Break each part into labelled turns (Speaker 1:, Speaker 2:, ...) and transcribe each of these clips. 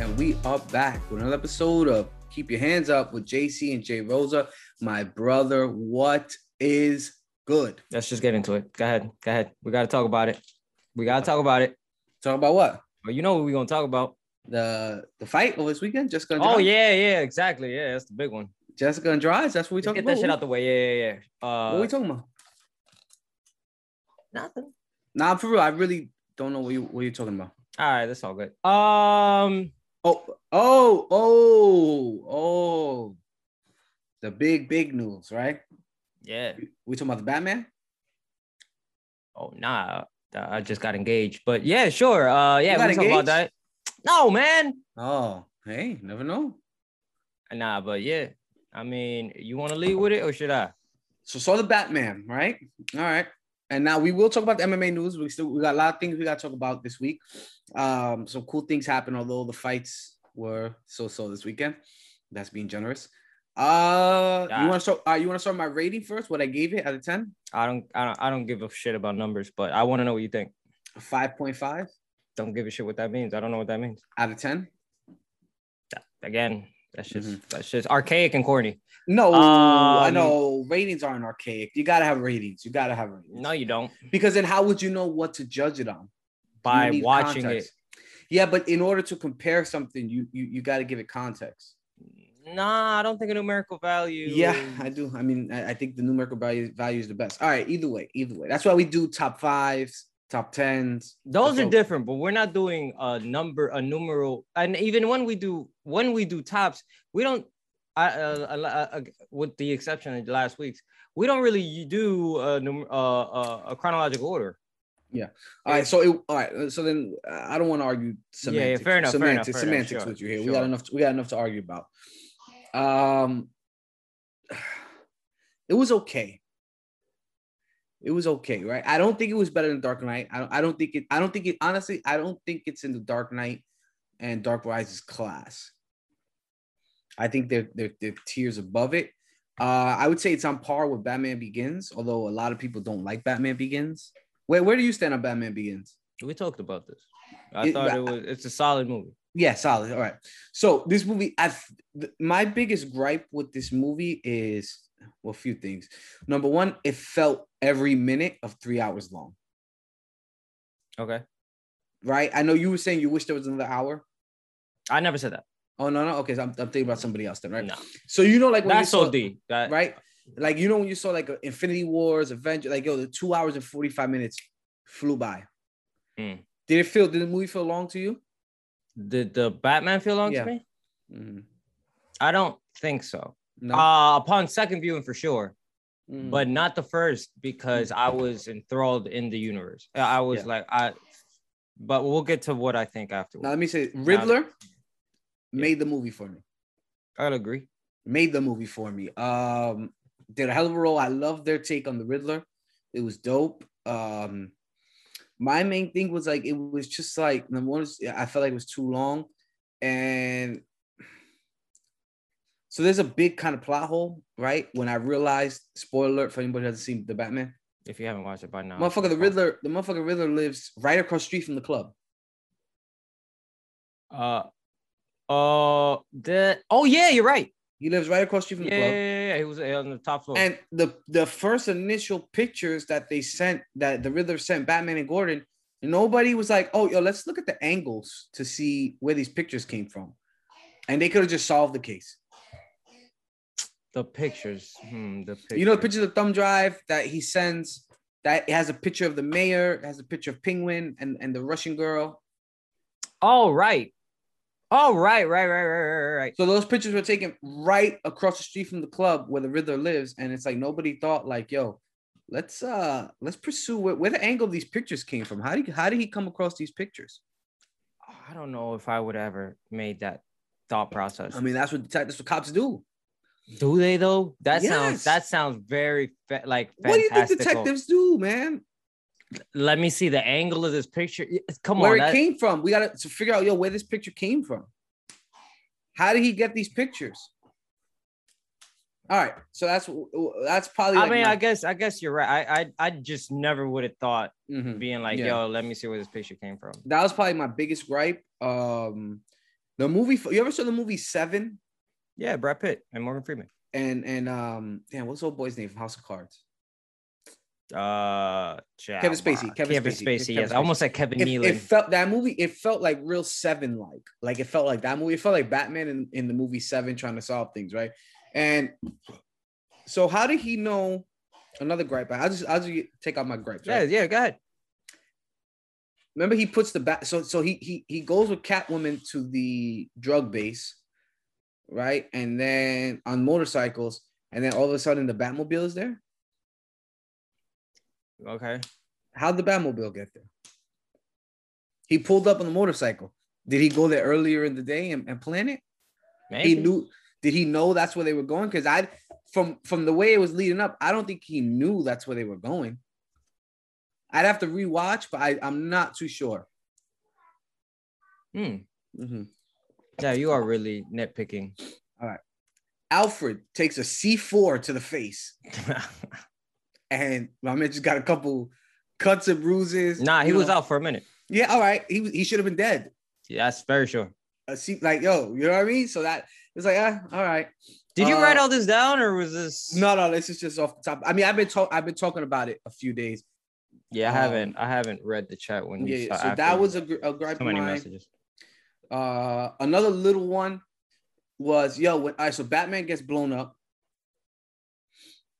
Speaker 1: And we are back with another episode of Keep Your Hands Up with JC and Jay Rosa. My brother, what is good?
Speaker 2: Let's just get into it. Go ahead. Go ahead. We got to talk about it. We got to talk about it.
Speaker 1: Talk about what?
Speaker 2: But you know what we're going to talk about.
Speaker 1: The the fight over this weekend, Jessica and
Speaker 2: Oh,
Speaker 1: Drives.
Speaker 2: yeah, yeah, exactly. Yeah, that's the big one.
Speaker 1: Jessica and Drives. That's what we
Speaker 2: Get
Speaker 1: talking
Speaker 2: that
Speaker 1: about.
Speaker 2: shit out the way. Yeah, yeah, yeah.
Speaker 1: what
Speaker 2: Uh,
Speaker 1: are we talking about?
Speaker 2: nothing.
Speaker 1: Nah, for real. I really don't know what you what you're talking about.
Speaker 2: All right, that's all good. Um,
Speaker 1: Oh, oh, oh, oh. The big, big news, right?
Speaker 2: yeah.
Speaker 1: We talking about the Batman?
Speaker 2: Oh, nah. uh, I just got engaged. But yeah, sure. Uh, yeah,
Speaker 1: got
Speaker 2: we can talk
Speaker 1: engaged?
Speaker 2: about that. No, man.
Speaker 1: Oh, hey, never know.
Speaker 2: Nah, but yeah. I mean, you want to lead with it or should I?
Speaker 1: So saw the Batman, right? All right. And now we will talk about the MMA news. We still we got a lot of things we got to talk about this week. Um, some cool things happened, although the fights were so so this weekend. That's being generous. Uh,
Speaker 2: Yeah.
Speaker 1: you want to start? Uh, you want to start my rating first? What I gave it out of ten?
Speaker 2: I don't, I don't, I don't give a shit about numbers, but I want to know what you think.
Speaker 1: Five point five
Speaker 2: Don't give a shit what that means. I don't know what that means.
Speaker 1: out of ten.
Speaker 2: Again, that's just
Speaker 1: Mm-hmm.
Speaker 2: that's just archaic and corny.
Speaker 1: No, I
Speaker 2: Um,
Speaker 1: know ratings aren't archaic. You gotta have ratings. You gotta have ratings.
Speaker 2: No, you don't.
Speaker 1: because then how would you know what to judge it on?
Speaker 2: By
Speaker 1: You need
Speaker 2: watching
Speaker 1: context. Yeah, but in order to compare something, you you, you got to give it context.
Speaker 2: it. Nah, I don't think a numerical value.
Speaker 1: Yeah, I do. I mean, I, I think the numerical value value is the best. All right, either way, either way. That's why we do top fives, top tens.
Speaker 2: those
Speaker 1: So-
Speaker 2: are different, but we're not doing a number, a numeral, and even when we do when we do tops, we don't. I, uh, uh, uh, with the exception of last week's, we don't really do a, num- uh, uh, a chronological order.
Speaker 1: All right, so it, all right, so then uh, I don't want to argue
Speaker 2: Yeah, yeah,
Speaker 1: semantics.
Speaker 2: fair enough, fair enough,
Speaker 1: Semantics,
Speaker 2: fair enough,
Speaker 1: semantics
Speaker 2: sure,
Speaker 1: with you here. We
Speaker 2: sure.
Speaker 1: got enough. we got enough to argue about. Um, it was okay. It was okay, right? I don't think it was better than Dark Knight. I don't. I don't think it. I don't think it. Honestly, I don't think it's in the Dark Knight and Dark Rises class. I think they're they're, they're tiers above it. Uh, I would say it's on par with Batman Begins, although a lot of people don't like Batman Begins. Where where do you stand on Batman Begins?
Speaker 2: We talked about this. I
Speaker 1: It-
Speaker 2: thought
Speaker 1: but-
Speaker 2: it was. It's a solid movie.
Speaker 1: Yeah, solid. All right. So this movie, I th- my biggest gripe with this movie is well, a few things. Number one, it felt every minute of three hours long.
Speaker 2: Okay,
Speaker 1: Right. I know you were saying you wish there was another hour.
Speaker 2: I never said that.
Speaker 1: Oh no, no. Okay, so I'm, I'm thinking about somebody else then. Right.
Speaker 2: No,
Speaker 1: So you know, like when you
Speaker 2: that's
Speaker 1: saw-
Speaker 2: so deep. That,
Speaker 1: right? Like you know when you saw like uh, Infinity Wars, Avenger, like yo, the two hours and forty five minutes flew by.
Speaker 2: Mm.
Speaker 1: Did it feel? Did the movie feel long to you?
Speaker 2: Did the Batman feel long
Speaker 1: Yeah.
Speaker 2: to me?
Speaker 1: Mhm.
Speaker 2: I don't think so.
Speaker 1: No,
Speaker 2: Uh, upon second viewing, for sure,
Speaker 1: Mhm.
Speaker 2: but not the first because I was enthralled in the universe. I I was
Speaker 1: Yeah.
Speaker 2: like, I. But we'll get to what I think
Speaker 1: now
Speaker 2: afterwards.
Speaker 1: let me say, Riddler made the movie for me.
Speaker 2: I'll agree.
Speaker 1: Made the movie for me. Um, did a hell of a role. I love their take on the Riddler. It was dope. Um, my main thing was like it was just like number one, is- I felt like it was too long, and so there's a big kind of plot hole, right? When I realized, spoiler alert for anybody who hasn't seen the Batman,
Speaker 2: If you haven't watched it by now,
Speaker 1: motherfucker, the Riddler, the motherfucker Riddler lives right across the street from the club.
Speaker 2: Uh, uh, the oh yeah, you're right.
Speaker 1: He lives right across the street from
Speaker 2: Yeah,
Speaker 1: the
Speaker 2: yeah,
Speaker 1: club.
Speaker 2: yeah, yeah, he was uh, on the top floor.
Speaker 1: Hmm. And the the first initial pictures that they sent that the Riddler sent Batman and Gordon, nobody was like, "Oh, yo, let's look at the angles to see where these pictures came from," and they could have just solved the case.
Speaker 2: the pictures, hmm, the pictures.
Speaker 1: You know, the pictures of thumb drive that he sends that has a picture of the mayor, has a picture of Penguin and and the Russian girl.
Speaker 2: All right, all right, right, right, right, right, right, right.
Speaker 1: So those pictures were taken right across the street from the club where the Riddler lives, and it's like nobody thought like, "Yo." Let's uh let's pursue where, where the angle of these pictures came from. How did how did he come across these pictures?
Speaker 2: I don't know if I would ever made that thought process.
Speaker 1: I mean, that's what that's what cops do.
Speaker 2: Do they though? That
Speaker 1: Yes.
Speaker 2: sounds that sounds very fa- like
Speaker 1: What do you think
Speaker 2: fantastical.
Speaker 1: detectives do, man?
Speaker 2: Let me see the angle of this picture. Y- Come
Speaker 1: where
Speaker 2: on,
Speaker 1: it
Speaker 2: that-
Speaker 1: came from? We gotta to figure out, yo, where this picture came from. How did he get these pictures? All right, so that's that's probably.
Speaker 2: I
Speaker 1: like
Speaker 2: mean,
Speaker 1: my-
Speaker 2: I guess I guess you're right. I I, I just never would have thought
Speaker 1: Mhm.
Speaker 2: being like,
Speaker 1: Yeah.
Speaker 2: yo, let me see where this picture came from.
Speaker 1: that was probably my biggest gripe. Um, the movie. You ever saw the movie Seven?
Speaker 2: Yeah, Brad Pitt and Morgan Freeman.
Speaker 1: And and um, damn, what's the old boy's name from House of Cards?
Speaker 2: Uh,
Speaker 1: Kevin Spacey, Kevin Spacey, Kevin
Speaker 2: Spacey. yes, I
Speaker 1: Spacey.
Speaker 2: almost said Kevin
Speaker 1: It,
Speaker 2: Nealon.
Speaker 1: it felt that movie. It felt like real Seven, like like it felt like that movie. It felt like Batman in, in the movie Seven trying to solve things, right? And so, how did he know? Another gripe. I'll just I'll just take out my gripes. right?
Speaker 2: yeah, yeah. Go ahead.
Speaker 1: remember he puts the bat so so he he he goes with catwoman to the drug base right and then on motorcycles and then all of a sudden the batmobile is there
Speaker 2: Okay.
Speaker 1: how'd the batmobile get there he pulled up on the motorcycle did he go there earlier in the day and, and plan it
Speaker 2: Maybe.
Speaker 1: he knew did he know that's where they were going because i from from the way it was leading up i don't think he knew that's where they were going i'd have to rewatch but I, i'm not too sure
Speaker 2: Hmm.
Speaker 1: Mhm.
Speaker 2: Yeah, you are really nitpicking.
Speaker 1: Alfred takes a C4 to the face, and my man just got a couple cuts and bruises.
Speaker 2: nah, he
Speaker 1: you
Speaker 2: was
Speaker 1: know.
Speaker 2: out for a minute.
Speaker 1: Yeah, all right. He was- he should have been dead.
Speaker 2: Yeah, that's very sure.
Speaker 1: A C, like yo, you know what I mean? So that it's like, ah, all right.
Speaker 2: Did you write
Speaker 1: Uh,
Speaker 2: all this down, or was this?
Speaker 1: No, no, this is just off the top. I mean, I've been talking, I've been talking about it a few days.
Speaker 2: Yeah, I
Speaker 1: um,
Speaker 2: haven't. I haven't read the chat when you.
Speaker 1: Yeah,
Speaker 2: saw-
Speaker 1: so
Speaker 2: after
Speaker 1: that
Speaker 2: you-
Speaker 1: was a, gr- a gripe
Speaker 2: so
Speaker 1: of
Speaker 2: many
Speaker 1: mine.
Speaker 2: messages.
Speaker 1: Uh, another little one was yo. When, all right, so Batman gets blown up,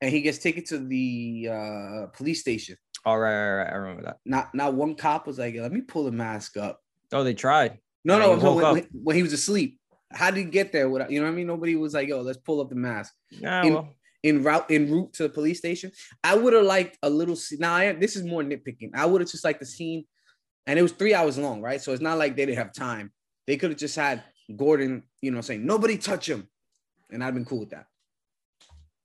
Speaker 1: and he gets taken to the uh, police station.
Speaker 2: All Oh, right, right, right, I remember that.
Speaker 1: Not not one cop was like, let me pull the mask up.
Speaker 2: Oh, they tried.
Speaker 1: No,
Speaker 2: Yeah,
Speaker 1: no,
Speaker 2: he
Speaker 1: no,
Speaker 2: woke
Speaker 1: when,
Speaker 2: up.
Speaker 1: when- when he was asleep. How did he get there? Without, you know what I mean? Nobody was like, "Yo, let's pull up the mask."
Speaker 2: Nah,
Speaker 1: In-
Speaker 2: well,
Speaker 1: In route, en route to the police station. I would have liked a little. sce- Now, I, this is more nitpicking. I would have just liked the scene, and it was three hours long, right? So it's not like they didn't have time. They could have just had Gordon, you know, saying, "Nobody touch him," and I'd been cool with that.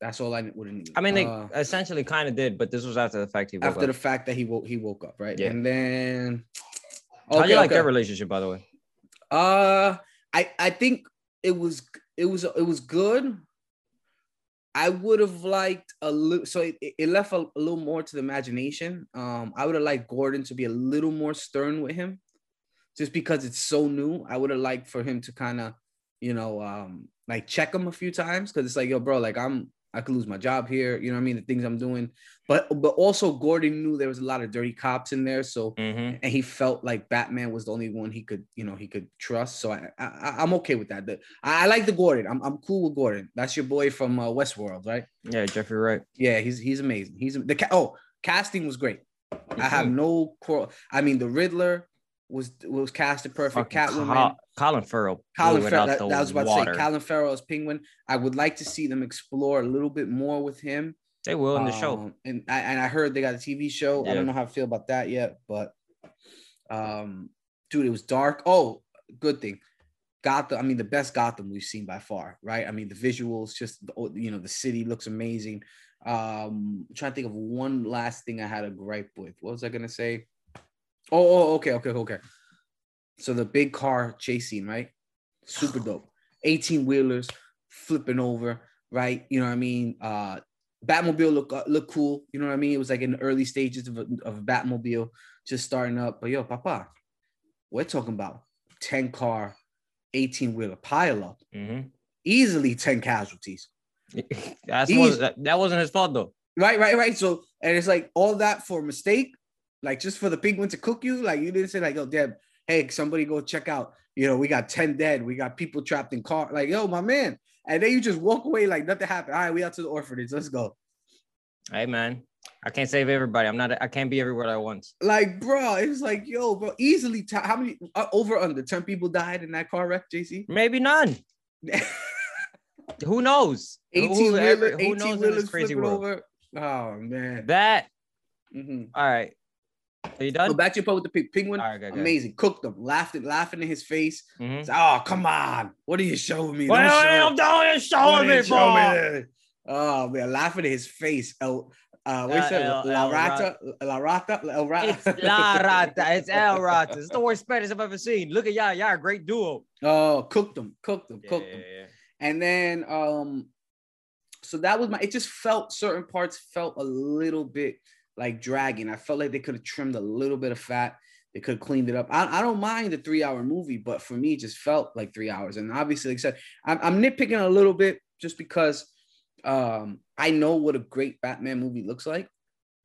Speaker 1: That's all I would have needed.
Speaker 2: I mean, they
Speaker 1: Uh,
Speaker 2: essentially kind of did, but this was after the fact. He woke
Speaker 1: after
Speaker 2: up.
Speaker 1: the fact that he woke, he woke up, right?
Speaker 2: Yeah.
Speaker 1: And then,
Speaker 2: How do you like
Speaker 1: okay.
Speaker 2: their relationship, by the way?
Speaker 1: Uh, I I think it was it was it was good. I would have liked a little, so it, it it left a, a little more to the imagination. Um, I would have liked Gordon to be a little more stern with him, just because it's so new. I would have liked for him to kind of, you know, um, like check him a few times because it's like, yo, bro, like I'm I could lose my job here. You know what I mean? The things I'm doing, but but also Gordon knew there was a lot of dirty cops in there, so
Speaker 2: Mm-hmm.
Speaker 1: and he felt like Batman was the only one he could, you know, he could trust. So I, I I- I'm okay with that. The- I, I like the Gordon. I'm, I'm cool with Gordon. That's your boy from uh, Westworld, right?
Speaker 2: Yeah, Jeffrey Wright.
Speaker 1: Yeah, he's he's amazing. He's the ca- oh casting was great. I have
Speaker 2: Mm-hmm.
Speaker 1: no quarrel. I mean, the Riddler was was casted perfect.
Speaker 2: Fucking
Speaker 1: Catwoman.
Speaker 2: Col- Colin Farrell.
Speaker 1: Colin
Speaker 2: blew it
Speaker 1: Farrell,
Speaker 2: out
Speaker 1: that,
Speaker 2: the
Speaker 1: that was about
Speaker 2: water.
Speaker 1: to say Colin Farrell as Penguin. I would like to see them explore a little bit more with him.
Speaker 2: They will in the show.
Speaker 1: Um, And I and I heard they got a TV show. I
Speaker 2: Yeah.
Speaker 1: don't know how I feel about that yet, but um, dude, it was dark. Oh, good thing. Gotham. I mean, the best Gotham we've seen by far, right? I mean, the visuals, just the, oh, you know, the city looks amazing. Um, I'm trying to think of one last thing I had a gripe with. What was I gonna say? Oh, oh, okay, okay, okay. So the big car chase scene, right? Super dope. 18 wheelers flipping over, right? You know what I mean? Uh Batmobile look uh, look cool. You know what I mean? It was like in the early stages of a, of a Batmobile just starting up. But yo, Papa, we're talking about 10 car, 18 wheeler pile up,
Speaker 2: Mhm.
Speaker 1: easily 10 casualties.
Speaker 2: That's
Speaker 1: He's-
Speaker 2: was, that, that wasn't his fault though.
Speaker 1: Right, right, right. So, and it's like all that for a mistake, like just for the penguin to cook you. Like you didn't say, like, yo, Deb, hey, somebody go check out. You know, we got 10 dead. We got people trapped in car. Like, yo, my man. And then you just walk away like nothing happened. All right, we out to the orphanage. Let's go.
Speaker 2: Hey man, I can't save everybody. I'm not. I can't be everywhere at once.
Speaker 1: Like, bro, it was like, yo, bro, easily. T- how many uh, over under 10 people died in that car wreck, JC?
Speaker 2: Maybe none. Who knows? Who-
Speaker 1: 18
Speaker 2: who-
Speaker 1: wheeler,
Speaker 2: every- who
Speaker 1: 18
Speaker 2: knows in
Speaker 1: wheelers
Speaker 2: this crazy
Speaker 1: flipping
Speaker 2: world?
Speaker 1: over. Oh, man.
Speaker 2: That.
Speaker 1: Mhm.
Speaker 2: All right. Are you
Speaker 1: Go
Speaker 2: done?
Speaker 1: back to your part with the pe- penguin.
Speaker 2: All right, good, good.
Speaker 1: Amazing. Cooked them. Laughed, laughing in his face.
Speaker 2: Mhm.
Speaker 1: It's, Oh, come on. What are you showing me?
Speaker 2: Wait,
Speaker 1: Don't
Speaker 2: wait,
Speaker 1: show-
Speaker 2: I'm done. It's
Speaker 1: don't
Speaker 2: showing me,
Speaker 1: show
Speaker 2: bro.
Speaker 1: me that. Oh man, laughing in his face. El, uh, what
Speaker 2: Uh,
Speaker 1: is it?
Speaker 2: El-
Speaker 1: La
Speaker 2: El
Speaker 1: Rata, La Rata, El Rata.
Speaker 2: It's La Rata. It's El Rata. It's the worst Spanish I've ever seen. Look at y'all. Y'all a great duo.
Speaker 1: Oh, cooked them, cooked them,
Speaker 2: Yeah,
Speaker 1: cooked
Speaker 2: yeah,
Speaker 1: them.
Speaker 2: yeah.
Speaker 1: And then, um, so that was my. It just felt certain parts felt a little bit like dragging. I felt like they could have trimmed a little bit of fat. They could have cleaned it up. I, I don't mind the three hour movie, but for me, it just felt like three hours. And obviously, like I said, I'm, I'm nitpicking a little bit just because um, I know what a great Batman movie looks like.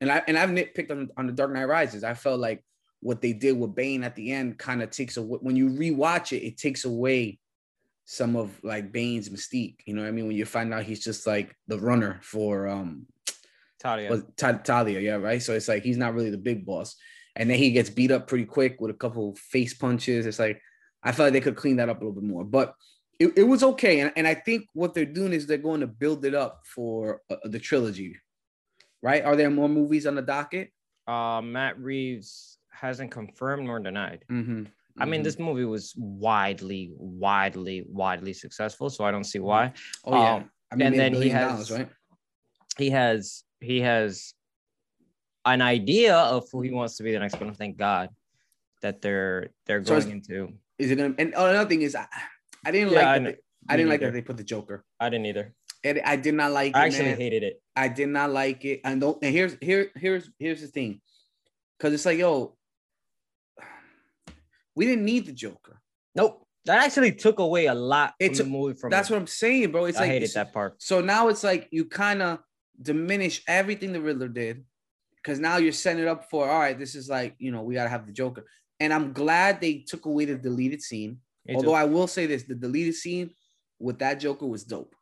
Speaker 1: And I and I've nitpicked on, on the Dark Knight Rises. I felt like what they did with Bane at the end kind of takes away when you rewatch it, it takes away some of like Bane's mystique. You know what I mean? When you find out he's just like the runner for um
Speaker 2: Talia.
Speaker 1: was Ta- Talia, yeah, right. So it's like he's not really the big boss, and then he gets beat up pretty quick with a couple face punches. It's like I felt like they could clean that up a little bit more, but it, it was okay. And, and I think what they're doing is they're going to build it up for uh, the trilogy, right? Are there more movies on the docket?
Speaker 2: uh, Matt Reeves hasn't confirmed nor denied.
Speaker 1: Mm-hmm.
Speaker 2: I mean, this movie was widely, widely, widely successful, so I don't see why
Speaker 1: Oh yeah.
Speaker 2: um,
Speaker 1: I mean, made a
Speaker 2: and then he
Speaker 1: billion
Speaker 2: has-
Speaker 1: dollars, right?
Speaker 2: he has he has an idea of who he wants to be the next one. Thank God that they're they're
Speaker 1: So
Speaker 2: going
Speaker 1: it's-
Speaker 2: into.
Speaker 1: Is it gonna? And oh, another thing is, I, I didn't
Speaker 2: Yeah,
Speaker 1: like.
Speaker 2: I
Speaker 1: that
Speaker 2: know.
Speaker 1: they- I didn't like that
Speaker 2: neither.
Speaker 1: they put the Joker.
Speaker 2: I didn't either.
Speaker 1: And I did not like.
Speaker 2: I
Speaker 1: it,
Speaker 2: actually
Speaker 1: man.
Speaker 2: hated it.
Speaker 1: I did not like it. And don't and here's here here's here's the thing. Cause it's like, yo, we didn't need the Joker.
Speaker 2: Nope. That actually took away a lot
Speaker 1: It
Speaker 2: it's,
Speaker 1: took-
Speaker 2: the movie from
Speaker 1: That's
Speaker 2: me.
Speaker 1: what I'm saying, bro. It's
Speaker 2: I
Speaker 1: like
Speaker 2: hated
Speaker 1: it's-
Speaker 2: that part.
Speaker 1: so now it's like you kind of diminish everything the Riddler did. Cause now you're setting it up for all right, this is like, you know, we gotta have the Joker. And I'm glad they took away the deleted scene.
Speaker 2: Me too.
Speaker 1: Although I will say this, the deleted scene with that Joker was dope.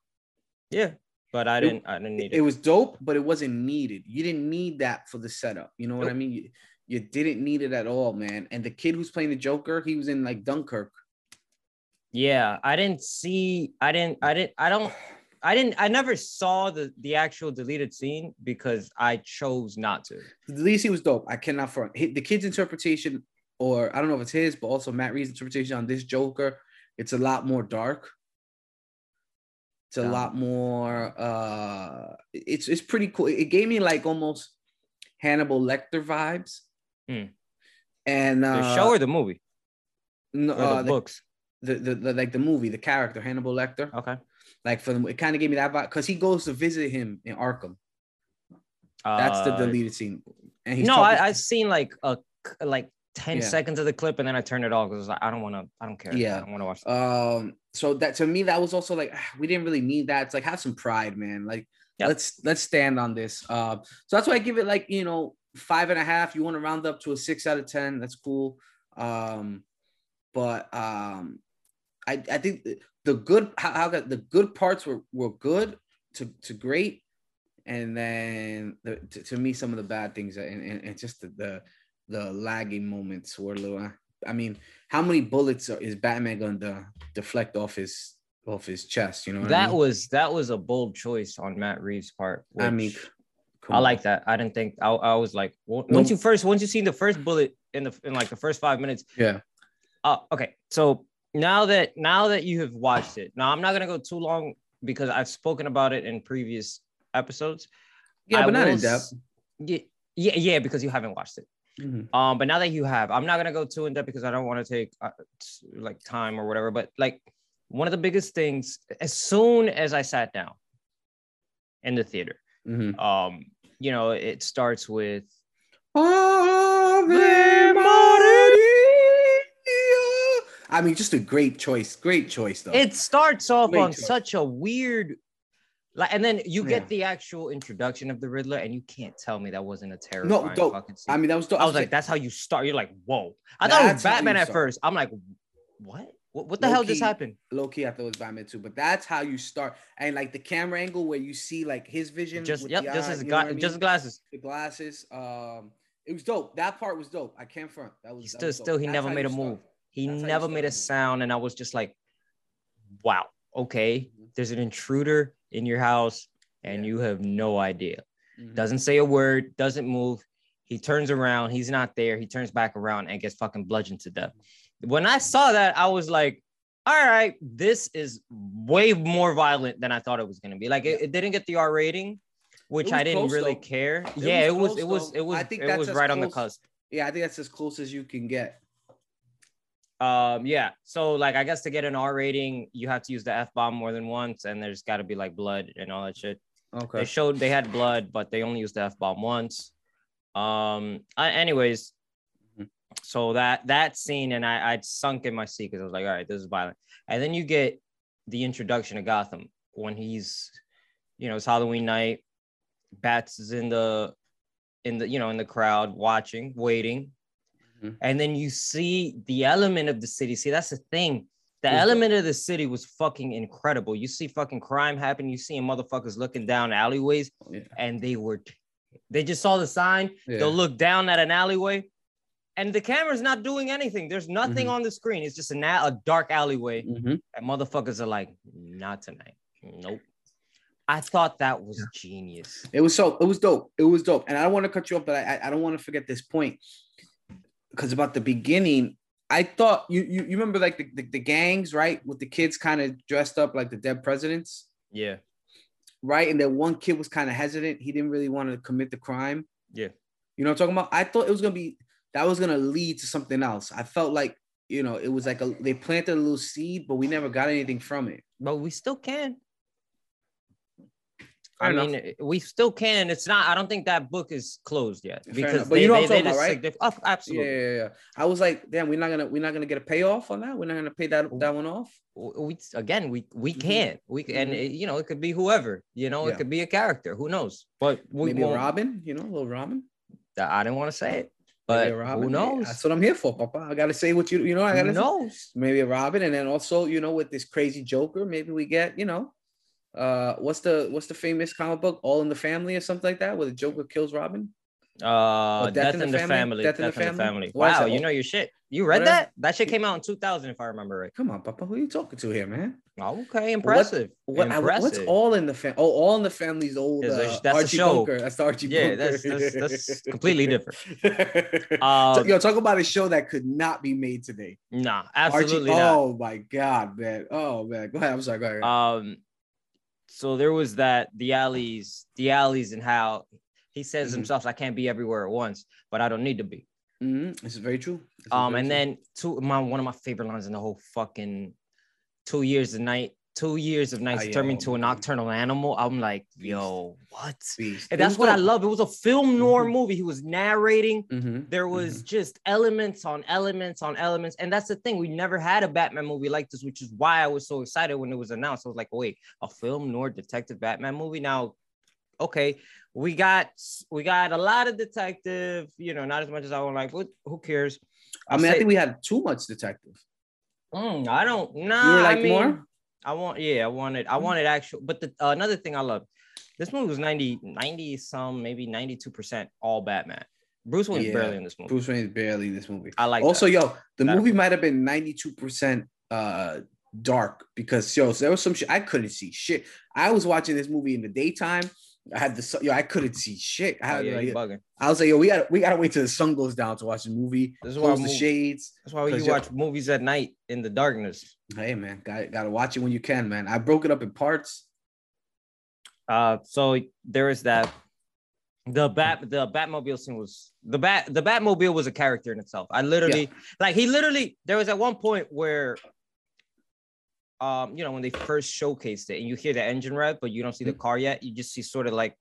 Speaker 2: yeah, but I
Speaker 1: it-
Speaker 2: didn't. I didn't need
Speaker 1: it,
Speaker 2: it.
Speaker 1: it was dope, but it wasn't needed. You didn't need that for the setup. You know what I
Speaker 2: Nope.
Speaker 1: mean? You, you didn't need it at all, man. And the kid who's playing the Joker, he was in like Dunkirk.
Speaker 2: yeah, I didn't see. I didn't. I didn't. I don't. I didn't. I never saw the the actual deleted scene because I chose not to.
Speaker 1: The least he was dope. I cannot front. Hi- The kid's interpretation, or I don't know if it's his, but also Matt Reeves' interpretation on this Joker, it's a lot more dark. It's a
Speaker 2: Yeah.
Speaker 1: lot more. uh It's it's pretty cool. It gave me like almost Hannibal Lecter vibes.
Speaker 2: Hmm.
Speaker 1: And
Speaker 2: The
Speaker 1: uh,
Speaker 2: show or the movie
Speaker 1: no,
Speaker 2: or
Speaker 1: uh,
Speaker 2: the
Speaker 1: the-
Speaker 2: books.
Speaker 1: the, the, the like the movie, the character Hannibal Lecter.
Speaker 2: Okay.
Speaker 1: Like for the, it kind of gave me that vibe because he goes to visit him in Arkham. That's
Speaker 2: Uh,
Speaker 1: the deleted scene. And
Speaker 2: No,
Speaker 1: talking-
Speaker 2: I I seen like a c- like ten
Speaker 1: Yeah.
Speaker 2: seconds of the clip and then I turned it off because like I don't want to. I don't care.
Speaker 1: Yeah.
Speaker 2: I don't want to watch.
Speaker 1: um so that to me that was also like ah, we didn't really need that. It's like have some pride, man. Like
Speaker 2: Yeah.
Speaker 1: let's let's stand on this. Uh, so that's why I give it like you know five and a half. You want to round up to a six out of ten? That's cool. Um, but um, I I think the- the good how, how the the good parts were were good to to great, and then the, to, to me some of the bad things and and, and just the, the the lagging moments were a little. eh. I mean, how many bullets are, is Batman gonna de- deflect off his off his chest? You know what I
Speaker 2: That
Speaker 1: mean?
Speaker 2: was that was a bold choice on Matt Reeves' part.
Speaker 1: I mean,
Speaker 2: which-
Speaker 1: come
Speaker 2: I
Speaker 1: on.
Speaker 2: like that. I didn't think I, I was like w-
Speaker 1: No.
Speaker 2: once you first once you seen the first bullet in the in like the first five minutes.
Speaker 1: Yeah.
Speaker 2: Uh, okay, so now that now that you have watched it, now I'm not gonna go too long because I've spoken about it in previous episodes.
Speaker 1: Yeah,
Speaker 2: I
Speaker 1: but not
Speaker 2: will
Speaker 1: in depth.
Speaker 2: s- Yeah, yeah, yeah, because you haven't watched it.
Speaker 1: Mhm.
Speaker 2: Um, but now that you have, I'm not gonna go too in depth because I don't want to take uh, t- like time or whatever. But like one of the biggest things, as soon as I sat down in the theater,
Speaker 1: Mhm.
Speaker 2: um, you know, it starts with
Speaker 1: Ave Maria. I mean, just a great choice. Great choice, though.
Speaker 2: it starts off
Speaker 1: Great
Speaker 2: on
Speaker 1: choice.
Speaker 2: such a weird like and then you get
Speaker 1: Yeah.
Speaker 2: the actual introduction of the Riddler, and you can't tell me that wasn't a terrifying
Speaker 1: dope.
Speaker 2: fucking scene.
Speaker 1: I mean, that was. Dope.
Speaker 2: I was like, that's how you start. You're like, whoa. I thought it was
Speaker 1: That's how you
Speaker 2: Batman at
Speaker 1: start.
Speaker 2: first. I'm like, what? What, what the hell just
Speaker 1: Low-key.
Speaker 2: happened?
Speaker 1: low key, I thought it was Batman too, but that's how you start. And like the camera angle where you see like his vision,
Speaker 2: Just
Speaker 1: with
Speaker 2: yep,
Speaker 1: the
Speaker 2: just
Speaker 1: eye,
Speaker 2: his
Speaker 1: you know what
Speaker 2: gla-
Speaker 1: I mean?
Speaker 2: just glasses.
Speaker 1: the glasses. Um, it was dope. That part was dope. I can't front. That was
Speaker 2: He
Speaker 1: that
Speaker 2: stood
Speaker 1: was dope.
Speaker 2: still. He
Speaker 1: That's
Speaker 2: never
Speaker 1: how
Speaker 2: made
Speaker 1: you
Speaker 2: a
Speaker 1: start.
Speaker 2: move. He
Speaker 1: That's how you
Speaker 2: never made a
Speaker 1: start.
Speaker 2: sound, and I was just like, wow, okay, there's an intruder in your house, and
Speaker 1: Yeah.
Speaker 2: you have no idea.
Speaker 1: Mhm.
Speaker 2: doesn't say a word, doesn't move. He turns around, he's not there. He turns back around and gets fucking bludgeoned to death. When I saw that, I was like, all right, this is way more violent than I thought it was gonna be. Like it, it didn't get the R rating, which
Speaker 1: was
Speaker 2: I didn't
Speaker 1: close,
Speaker 2: really
Speaker 1: though.
Speaker 2: care. yeah, it was
Speaker 1: close,
Speaker 2: it was
Speaker 1: though.
Speaker 2: it was
Speaker 1: I think
Speaker 2: it
Speaker 1: that's
Speaker 2: was
Speaker 1: as
Speaker 2: right on the
Speaker 1: close-
Speaker 2: cusp.
Speaker 1: Mm-hmm. Yeah, I think that's as close as you can get.
Speaker 2: Um, yeah. So like I guess to get an R rating, you have to use the F bomb more than once, and there's gotta be like blood and all that shit.
Speaker 1: Okay.
Speaker 2: They showed they had blood, but they only used the F bomb once. Um. I, anyways,
Speaker 1: Mhm.
Speaker 2: so that that scene, and I I'd sunk in my seat because I was like, all right, this is violent. And then you get the introduction of Gotham when he's, you know, it's Halloween night. Bats is in the, in the you know in the crowd watching, waiting,
Speaker 1: Mhm.
Speaker 2: and then you see the element of the city. See, that's the thing. The
Speaker 1: Yeah.
Speaker 2: element of the city was fucking incredible. You see fucking crime happen. You see motherfuckers looking down alleyways,
Speaker 1: Oh, Yeah.
Speaker 2: and they were, they just saw the sign.
Speaker 1: Yeah.
Speaker 2: They'll look down at an alleyway, and the camera's not doing anything. There's
Speaker 1: Mm-hmm.
Speaker 2: nothing on the screen. It's just an, a a dark alleyway,
Speaker 1: Mhm.
Speaker 2: and motherfuckers are like, "Not tonight. Nope." I thought that was genius.
Speaker 1: It was so it was dope. It was dope. And I don't want to cut you off, but I I- I don't want to forget this point. Because about the beginning, I thought you you, you remember like the, the, the gangs, right? With the kids kind of dressed up like the dead presidents,
Speaker 2: Yeah,
Speaker 1: right? And then one kid was kind of hesitant. He didn't really want to commit the crime.
Speaker 2: Yeah.
Speaker 1: You know what I'm talking about? I thought it was gonna be that was gonna lead to something else. I felt like you know it was like a they planted a little seed, but we never got anything from it.
Speaker 2: but we still can.
Speaker 1: Fair
Speaker 2: I
Speaker 1: enough.
Speaker 2: mean, it- we still can. It's not. I don't think that book is closed yet
Speaker 1: Fair
Speaker 2: because
Speaker 1: enough. But
Speaker 2: they,
Speaker 1: you know
Speaker 2: they,
Speaker 1: what
Speaker 2: they
Speaker 1: I'm
Speaker 2: just
Speaker 1: talking
Speaker 2: signif- oh,
Speaker 1: Yeah,
Speaker 2: absolutely.
Speaker 1: yeah, yeah. I was like, damn, we're not gonna we're not gonna get a payoff on that. We're not gonna pay that that one off.
Speaker 2: W- We again, we we
Speaker 1: Mhm.
Speaker 2: can. We and
Speaker 1: Mhm.
Speaker 2: it, you know, it could be whoever. You know,
Speaker 1: Yeah.
Speaker 2: it could be a character. Who knows? But we
Speaker 1: Maybe a
Speaker 2: won't.
Speaker 1: Robin, you know, a little Robin.
Speaker 2: I didn't want to say it,
Speaker 1: Maybe
Speaker 2: but
Speaker 1: a Robin.
Speaker 2: who
Speaker 1: Yeah,
Speaker 2: knows?
Speaker 1: That's what I'm here for, Papa. I gotta say what you you know. I
Speaker 2: Who
Speaker 1: gotta say.
Speaker 2: knows?
Speaker 1: maybe a Robin, and then also you know with this crazy Joker, maybe we get you know, uh, what's the what's the famous comic book All in the Family or something like that, where the Joker kills Robin. Oh,
Speaker 2: Uh, Death, in the Family. Death, in the Family.
Speaker 1: Why is
Speaker 2: Wow,
Speaker 1: that-
Speaker 2: you know your shit. You read
Speaker 1: Whatever.
Speaker 2: that? That shit came out in 2000, if I remember right.
Speaker 1: Come on, Papa, who are you talking to here, man?
Speaker 2: Okay, impressive.
Speaker 1: What, I-
Speaker 2: impressive.
Speaker 1: what's All in the Family? Oh, All in the Family's old
Speaker 2: Is a-
Speaker 1: uh,
Speaker 2: that's a
Speaker 1: Archie
Speaker 2: show.
Speaker 1: Bunker. That's the Archie
Speaker 2: yeah,
Speaker 1: Bunker.
Speaker 2: that's, that's that's completely different.
Speaker 1: different.
Speaker 2: Um,
Speaker 1: Yo, talk about a show that could not be made today.
Speaker 2: Nah,
Speaker 1: Archie-
Speaker 2: absolutely not.
Speaker 1: oh my god, man. Oh man. Go ahead. I'm sorry. Go ahead.
Speaker 2: Um, so there was that the alleys, the alleys, and how he says
Speaker 1: Mhm.
Speaker 2: himself, "I can't be everywhere at once, but I don't need to be."
Speaker 1: Mhm. This is very true. This is
Speaker 2: Um,
Speaker 1: very
Speaker 2: and
Speaker 1: true.
Speaker 2: then two, my one of my favorite lines in the whole fucking two years of night, two years of nights
Speaker 1: yeah,
Speaker 2: turned
Speaker 1: oh
Speaker 2: into
Speaker 1: my
Speaker 2: a
Speaker 1: God.
Speaker 2: nocturnal animal. I'm like,
Speaker 1: Beast.
Speaker 2: yo, what?
Speaker 1: Beast.
Speaker 2: And that's what I love. It was a film noir movie. He was narrating.
Speaker 1: Mm-hmm.
Speaker 2: There was just elements on elements on elements. And that's the thing. We never had a Batman movie like this, which is why I was so excited when it was announced. I was like, wait, a film noir detective Batman movie? Now, okay, we got we got a lot of detective, you know, not as much as I would like. What who cares?
Speaker 1: I
Speaker 2: I'll
Speaker 1: mean, I
Speaker 2: say-
Speaker 1: think we had too much detective.
Speaker 2: Mm, I don't
Speaker 1: You
Speaker 2: nah,
Speaker 1: were like
Speaker 2: I mean,
Speaker 1: more.
Speaker 2: I want, yeah, I wanted, I
Speaker 1: Mhm.
Speaker 2: wanted actual. But the uh, another thing I love, this movie was 90, 90 some, maybe 92% all Batman. Bruce Wayne's
Speaker 1: Yeah.
Speaker 2: barely in this movie.
Speaker 1: Bruce Wayne is barely in this movie.
Speaker 2: I like
Speaker 1: also,
Speaker 2: that.
Speaker 1: yo, the
Speaker 2: That-
Speaker 1: movie might have been ninety-two percent uh dark because yo, so there was some shit I couldn't see shit. I was watching this movie in the daytime. I had the sun- yo, I couldn't see shit. I,
Speaker 2: Oh,
Speaker 1: had,
Speaker 2: yeah, you
Speaker 1: like,
Speaker 2: bugging.
Speaker 1: I was like, yo, we got to we gotta wait till the sun goes down to watch the movie.
Speaker 2: This is why
Speaker 1: Close the
Speaker 2: mov-
Speaker 1: shades.
Speaker 2: That's why you
Speaker 1: 'cause yo-
Speaker 2: watch movies at night in the darkness.
Speaker 1: Hey man, got gotta watch it when you can, man. I broke it up in parts.
Speaker 2: Uh, so there is that. The bat, the Batmobile scene was the bat. The Batmobile was a character in itself. I literally, like, he literally. There was at one point where, um, you know, when they first showcased it, and you hear the engine rev, but you don't see the car yet. You just see sort of like,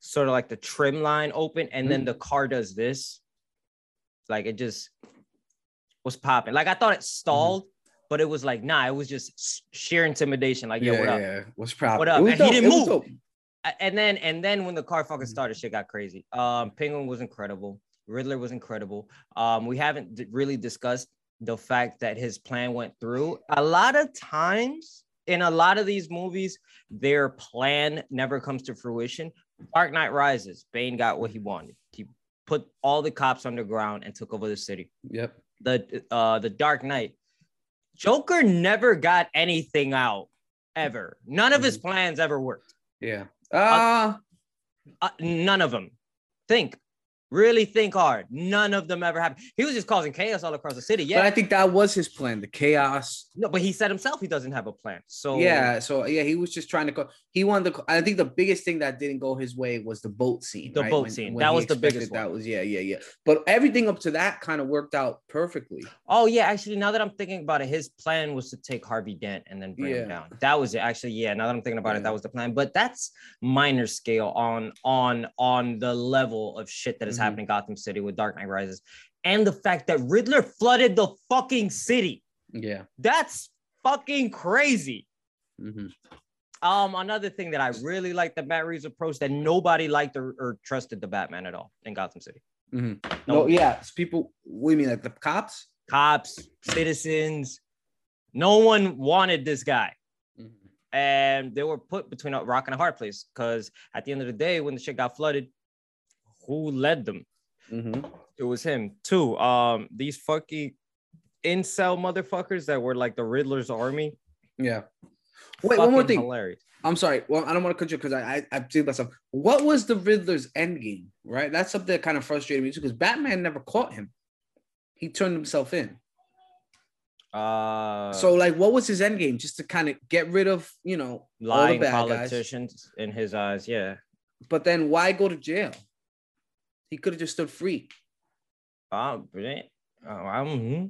Speaker 2: sort of like the trim line open, and then the car does this. Like it just was popping. Like I thought it stalled, but it was like nah. It was just s- sheer intimidation. Like yo, what up?
Speaker 1: What's problem?
Speaker 2: What up? And he didn't move.
Speaker 1: dope.
Speaker 2: I- and then and then when the car fucking
Speaker 1: Mhm.
Speaker 2: started, shit got crazy. Um, Penguin was incredible. Riddler was incredible. Um, we haven't d- really discussed the fact that his plan went through. A lot of times in a lot of these movies, their plan never comes to fruition. Dark Knight Rises, Bane got what he wanted. He put all the cops underground and took over the city.
Speaker 1: Yep.
Speaker 2: The uh, the Dark Knight, Joker never got anything out ever. None of his plans ever worked
Speaker 1: Yeah. Ah.
Speaker 2: uh, none of them. Think Really think hard. None of them ever happened. He was just causing chaos all across the city. Yeah.
Speaker 1: But I think that was his plan, the chaos.
Speaker 2: no, but he said himself he doesn't have a plan. So
Speaker 1: Yeah, so yeah, he was just trying to. Co- he wanted to. co- I think the biggest thing that didn't go his way was the boat scene.
Speaker 2: The
Speaker 1: right?
Speaker 2: boat scene. That
Speaker 1: he
Speaker 2: was the
Speaker 1: expected
Speaker 2: biggest
Speaker 1: That
Speaker 2: one.
Speaker 1: was yeah, yeah, yeah. But everything up to that kind of worked out perfectly.
Speaker 2: Oh yeah, actually, now that I'm thinking about it, his plan was to take Harvey Dent and then bring him
Speaker 1: Yeah.
Speaker 2: down. That was it. Actually, yeah. Now that I'm thinking about it,
Speaker 1: Yeah.
Speaker 2: that was the plan. But that's minor scale on on on the level of shit that is
Speaker 1: Mhm.
Speaker 2: happening in Gotham City with Dark Knight Rises, and the fact that Riddler flooded the fucking city.
Speaker 1: Yeah.
Speaker 2: That's fucking crazy.
Speaker 1: Mhm.
Speaker 2: Um, another thing that I really liked the Matt Reeves approach that nobody liked or, or trusted the Batman at all in Gotham City.
Speaker 1: Mhm.
Speaker 2: No.
Speaker 1: No, yeah. it's people. What do you mean, like the cops?
Speaker 2: Cops, citizens, no one wanted this guy.
Speaker 1: Mhm.
Speaker 2: Mm-hmm. and they were put between a rock and a hard place because at the end of the day when the shit got flooded who led them
Speaker 1: Mhm.
Speaker 2: it was him too um these fucking incel motherfuckers that were like the riddler's army
Speaker 1: Yeah. Wait, one more
Speaker 2: Fucking
Speaker 1: thing.
Speaker 2: hilarious
Speaker 1: I'm sorry. Well, I don't want to cut you because I I, I think myself. What was the Riddler's end game? Right. That's something that kind of frustrated me too because Batman never caught him. He turned himself in.
Speaker 2: uh
Speaker 1: So like, what was his end game? Just to kind of get rid of you know all the
Speaker 2: lying
Speaker 1: bad guys.
Speaker 2: politicians in his eyes yeah
Speaker 1: But then why go to jail? He could have just stood free.
Speaker 2: um, eh, oh, I'm, hmm.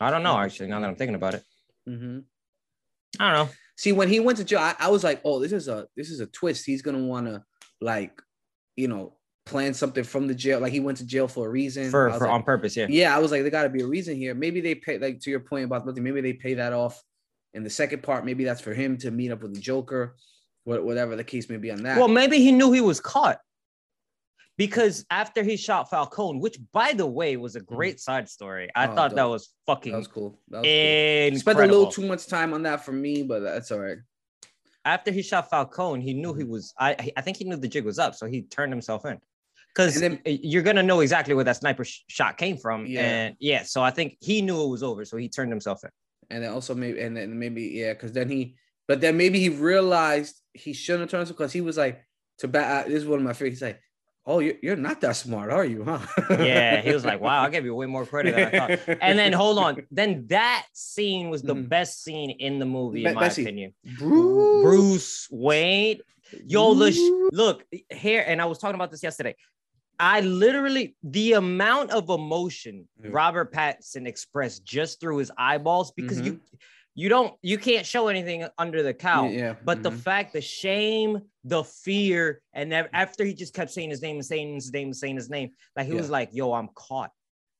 Speaker 2: i don't know actually now that i'm thinking about it Mm-hmm.
Speaker 1: Mhm.
Speaker 2: i don't know
Speaker 1: See, when he went to jail, I, I was like, oh, this is a this is a twist. He's gonna want to like, you know, plan something from the jail. Like he went to jail for a reason. I
Speaker 2: for,
Speaker 1: was
Speaker 2: for
Speaker 1: like,
Speaker 2: on purpose yeah
Speaker 1: yeah, I was like, there got to be a reason here. Maybe they pay, like to your point about nothing. Maybe they pay that off in the second part. Maybe that's for him to meet up with the Joker, wha- whatever the case may be on that.
Speaker 2: Well, maybe he knew he was caught because after he shot Falcone, which by the way was a great side story, I
Speaker 1: Hmm. Oh,
Speaker 2: thought that
Speaker 1: dope.
Speaker 2: was fucking
Speaker 1: that was cool. That was cool.
Speaker 2: incredible.
Speaker 1: Spent a little too much time on that for me, but that's all right.
Speaker 2: after he shot Falcone, he knew he
Speaker 1: Mm-hmm.
Speaker 2: was. I I think he knew the jig was up, so he turned himself in. Because
Speaker 1: And then-
Speaker 2: you're gonna know exactly where that sniper sh- shot came from,
Speaker 1: Yeah.
Speaker 2: and yeah, so I think he knew it was over, so he turned himself in.
Speaker 1: and then also maybe and then maybe yeah, because then he, but then maybe he realized he shouldn't have turned because he was like to bat. This is one of my favorites. He's like, oh, you're, you're not that smart, are you? Huh?
Speaker 2: Yeah, he was like, "Wow, I gave you way more credit than I thought." And then hold on, then that scene was the
Speaker 1: Mhm.
Speaker 2: best scene in the movie, in
Speaker 1: Be-
Speaker 2: my
Speaker 1: best scene.
Speaker 2: opinion.
Speaker 1: Bruce,
Speaker 2: Bruce Wayne. Yo, the sh- look here, and I was talking about this yesterday. I literally the amount of emotion
Speaker 1: Yeah.
Speaker 2: Robert Pattinson expressed just through his eyeballs because you you don't you can't show anything under the cowl.
Speaker 1: Mm-hmm. yeah,
Speaker 2: But the
Speaker 1: mhm.
Speaker 2: fact, the shame, the fear, and then after he just kept saying his name and saying his name and saying his name, like he was like, "Yo, I'm caught."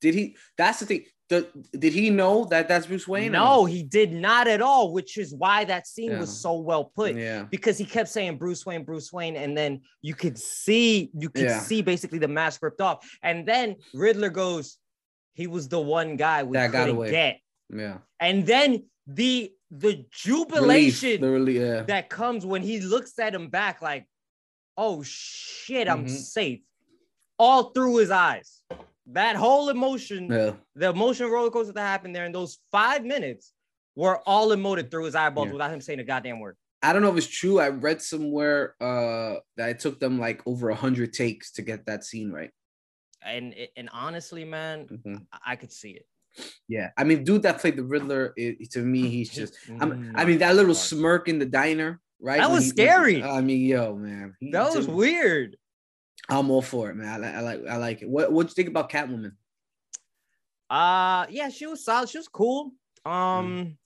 Speaker 1: did he? That's the thing. The, did he know that that's Bruce Wayne? or
Speaker 2: no, he did not at all, which is why that scene was
Speaker 1: Yeah.
Speaker 2: so well put.
Speaker 1: Yeah.
Speaker 2: because he kept saying Bruce Wayne, Bruce Wayne, and then you could see, you could
Speaker 1: Yeah.
Speaker 2: see basically the mask ripped off. And then Riddler goes, he was the one guy we
Speaker 1: That got
Speaker 2: couldn't
Speaker 1: away.
Speaker 2: get.
Speaker 1: Yeah.
Speaker 2: And then the the
Speaker 1: Relief,
Speaker 2: jubilation
Speaker 1: the relief, yeah.
Speaker 2: that comes when he looks at him back, like, oh shit, I'm
Speaker 1: Mhm.
Speaker 2: safe. All through his eyes. That whole emotion,
Speaker 1: yeah.
Speaker 2: the emotion roller coaster that happened there in those five minutes were all emoted through his eyeballs
Speaker 1: Yeah.
Speaker 2: without him saying a goddamn word.
Speaker 1: I don't know if it's true. I read somewhere uh that it took them like over a hundred takes to get that scene right.
Speaker 2: and it- and honestly, man,
Speaker 1: Mhm.
Speaker 2: I- I could see it.
Speaker 1: Yeah. I mean, dude that played the Riddler, it, to me, he's just I'm,
Speaker 2: Mm-hmm.
Speaker 1: I mean, that little smirk in the diner, right?
Speaker 2: Mm, That
Speaker 1: when
Speaker 2: was
Speaker 1: he-
Speaker 2: scary.
Speaker 1: I mean, yo, man, he-
Speaker 2: that was
Speaker 1: to-
Speaker 2: weird.
Speaker 1: I'm all for it, man. I like, I like, I like it. What, what you think about Catwoman?
Speaker 2: Uh yeah, she was solid. She was cool. Um,
Speaker 1: Mm.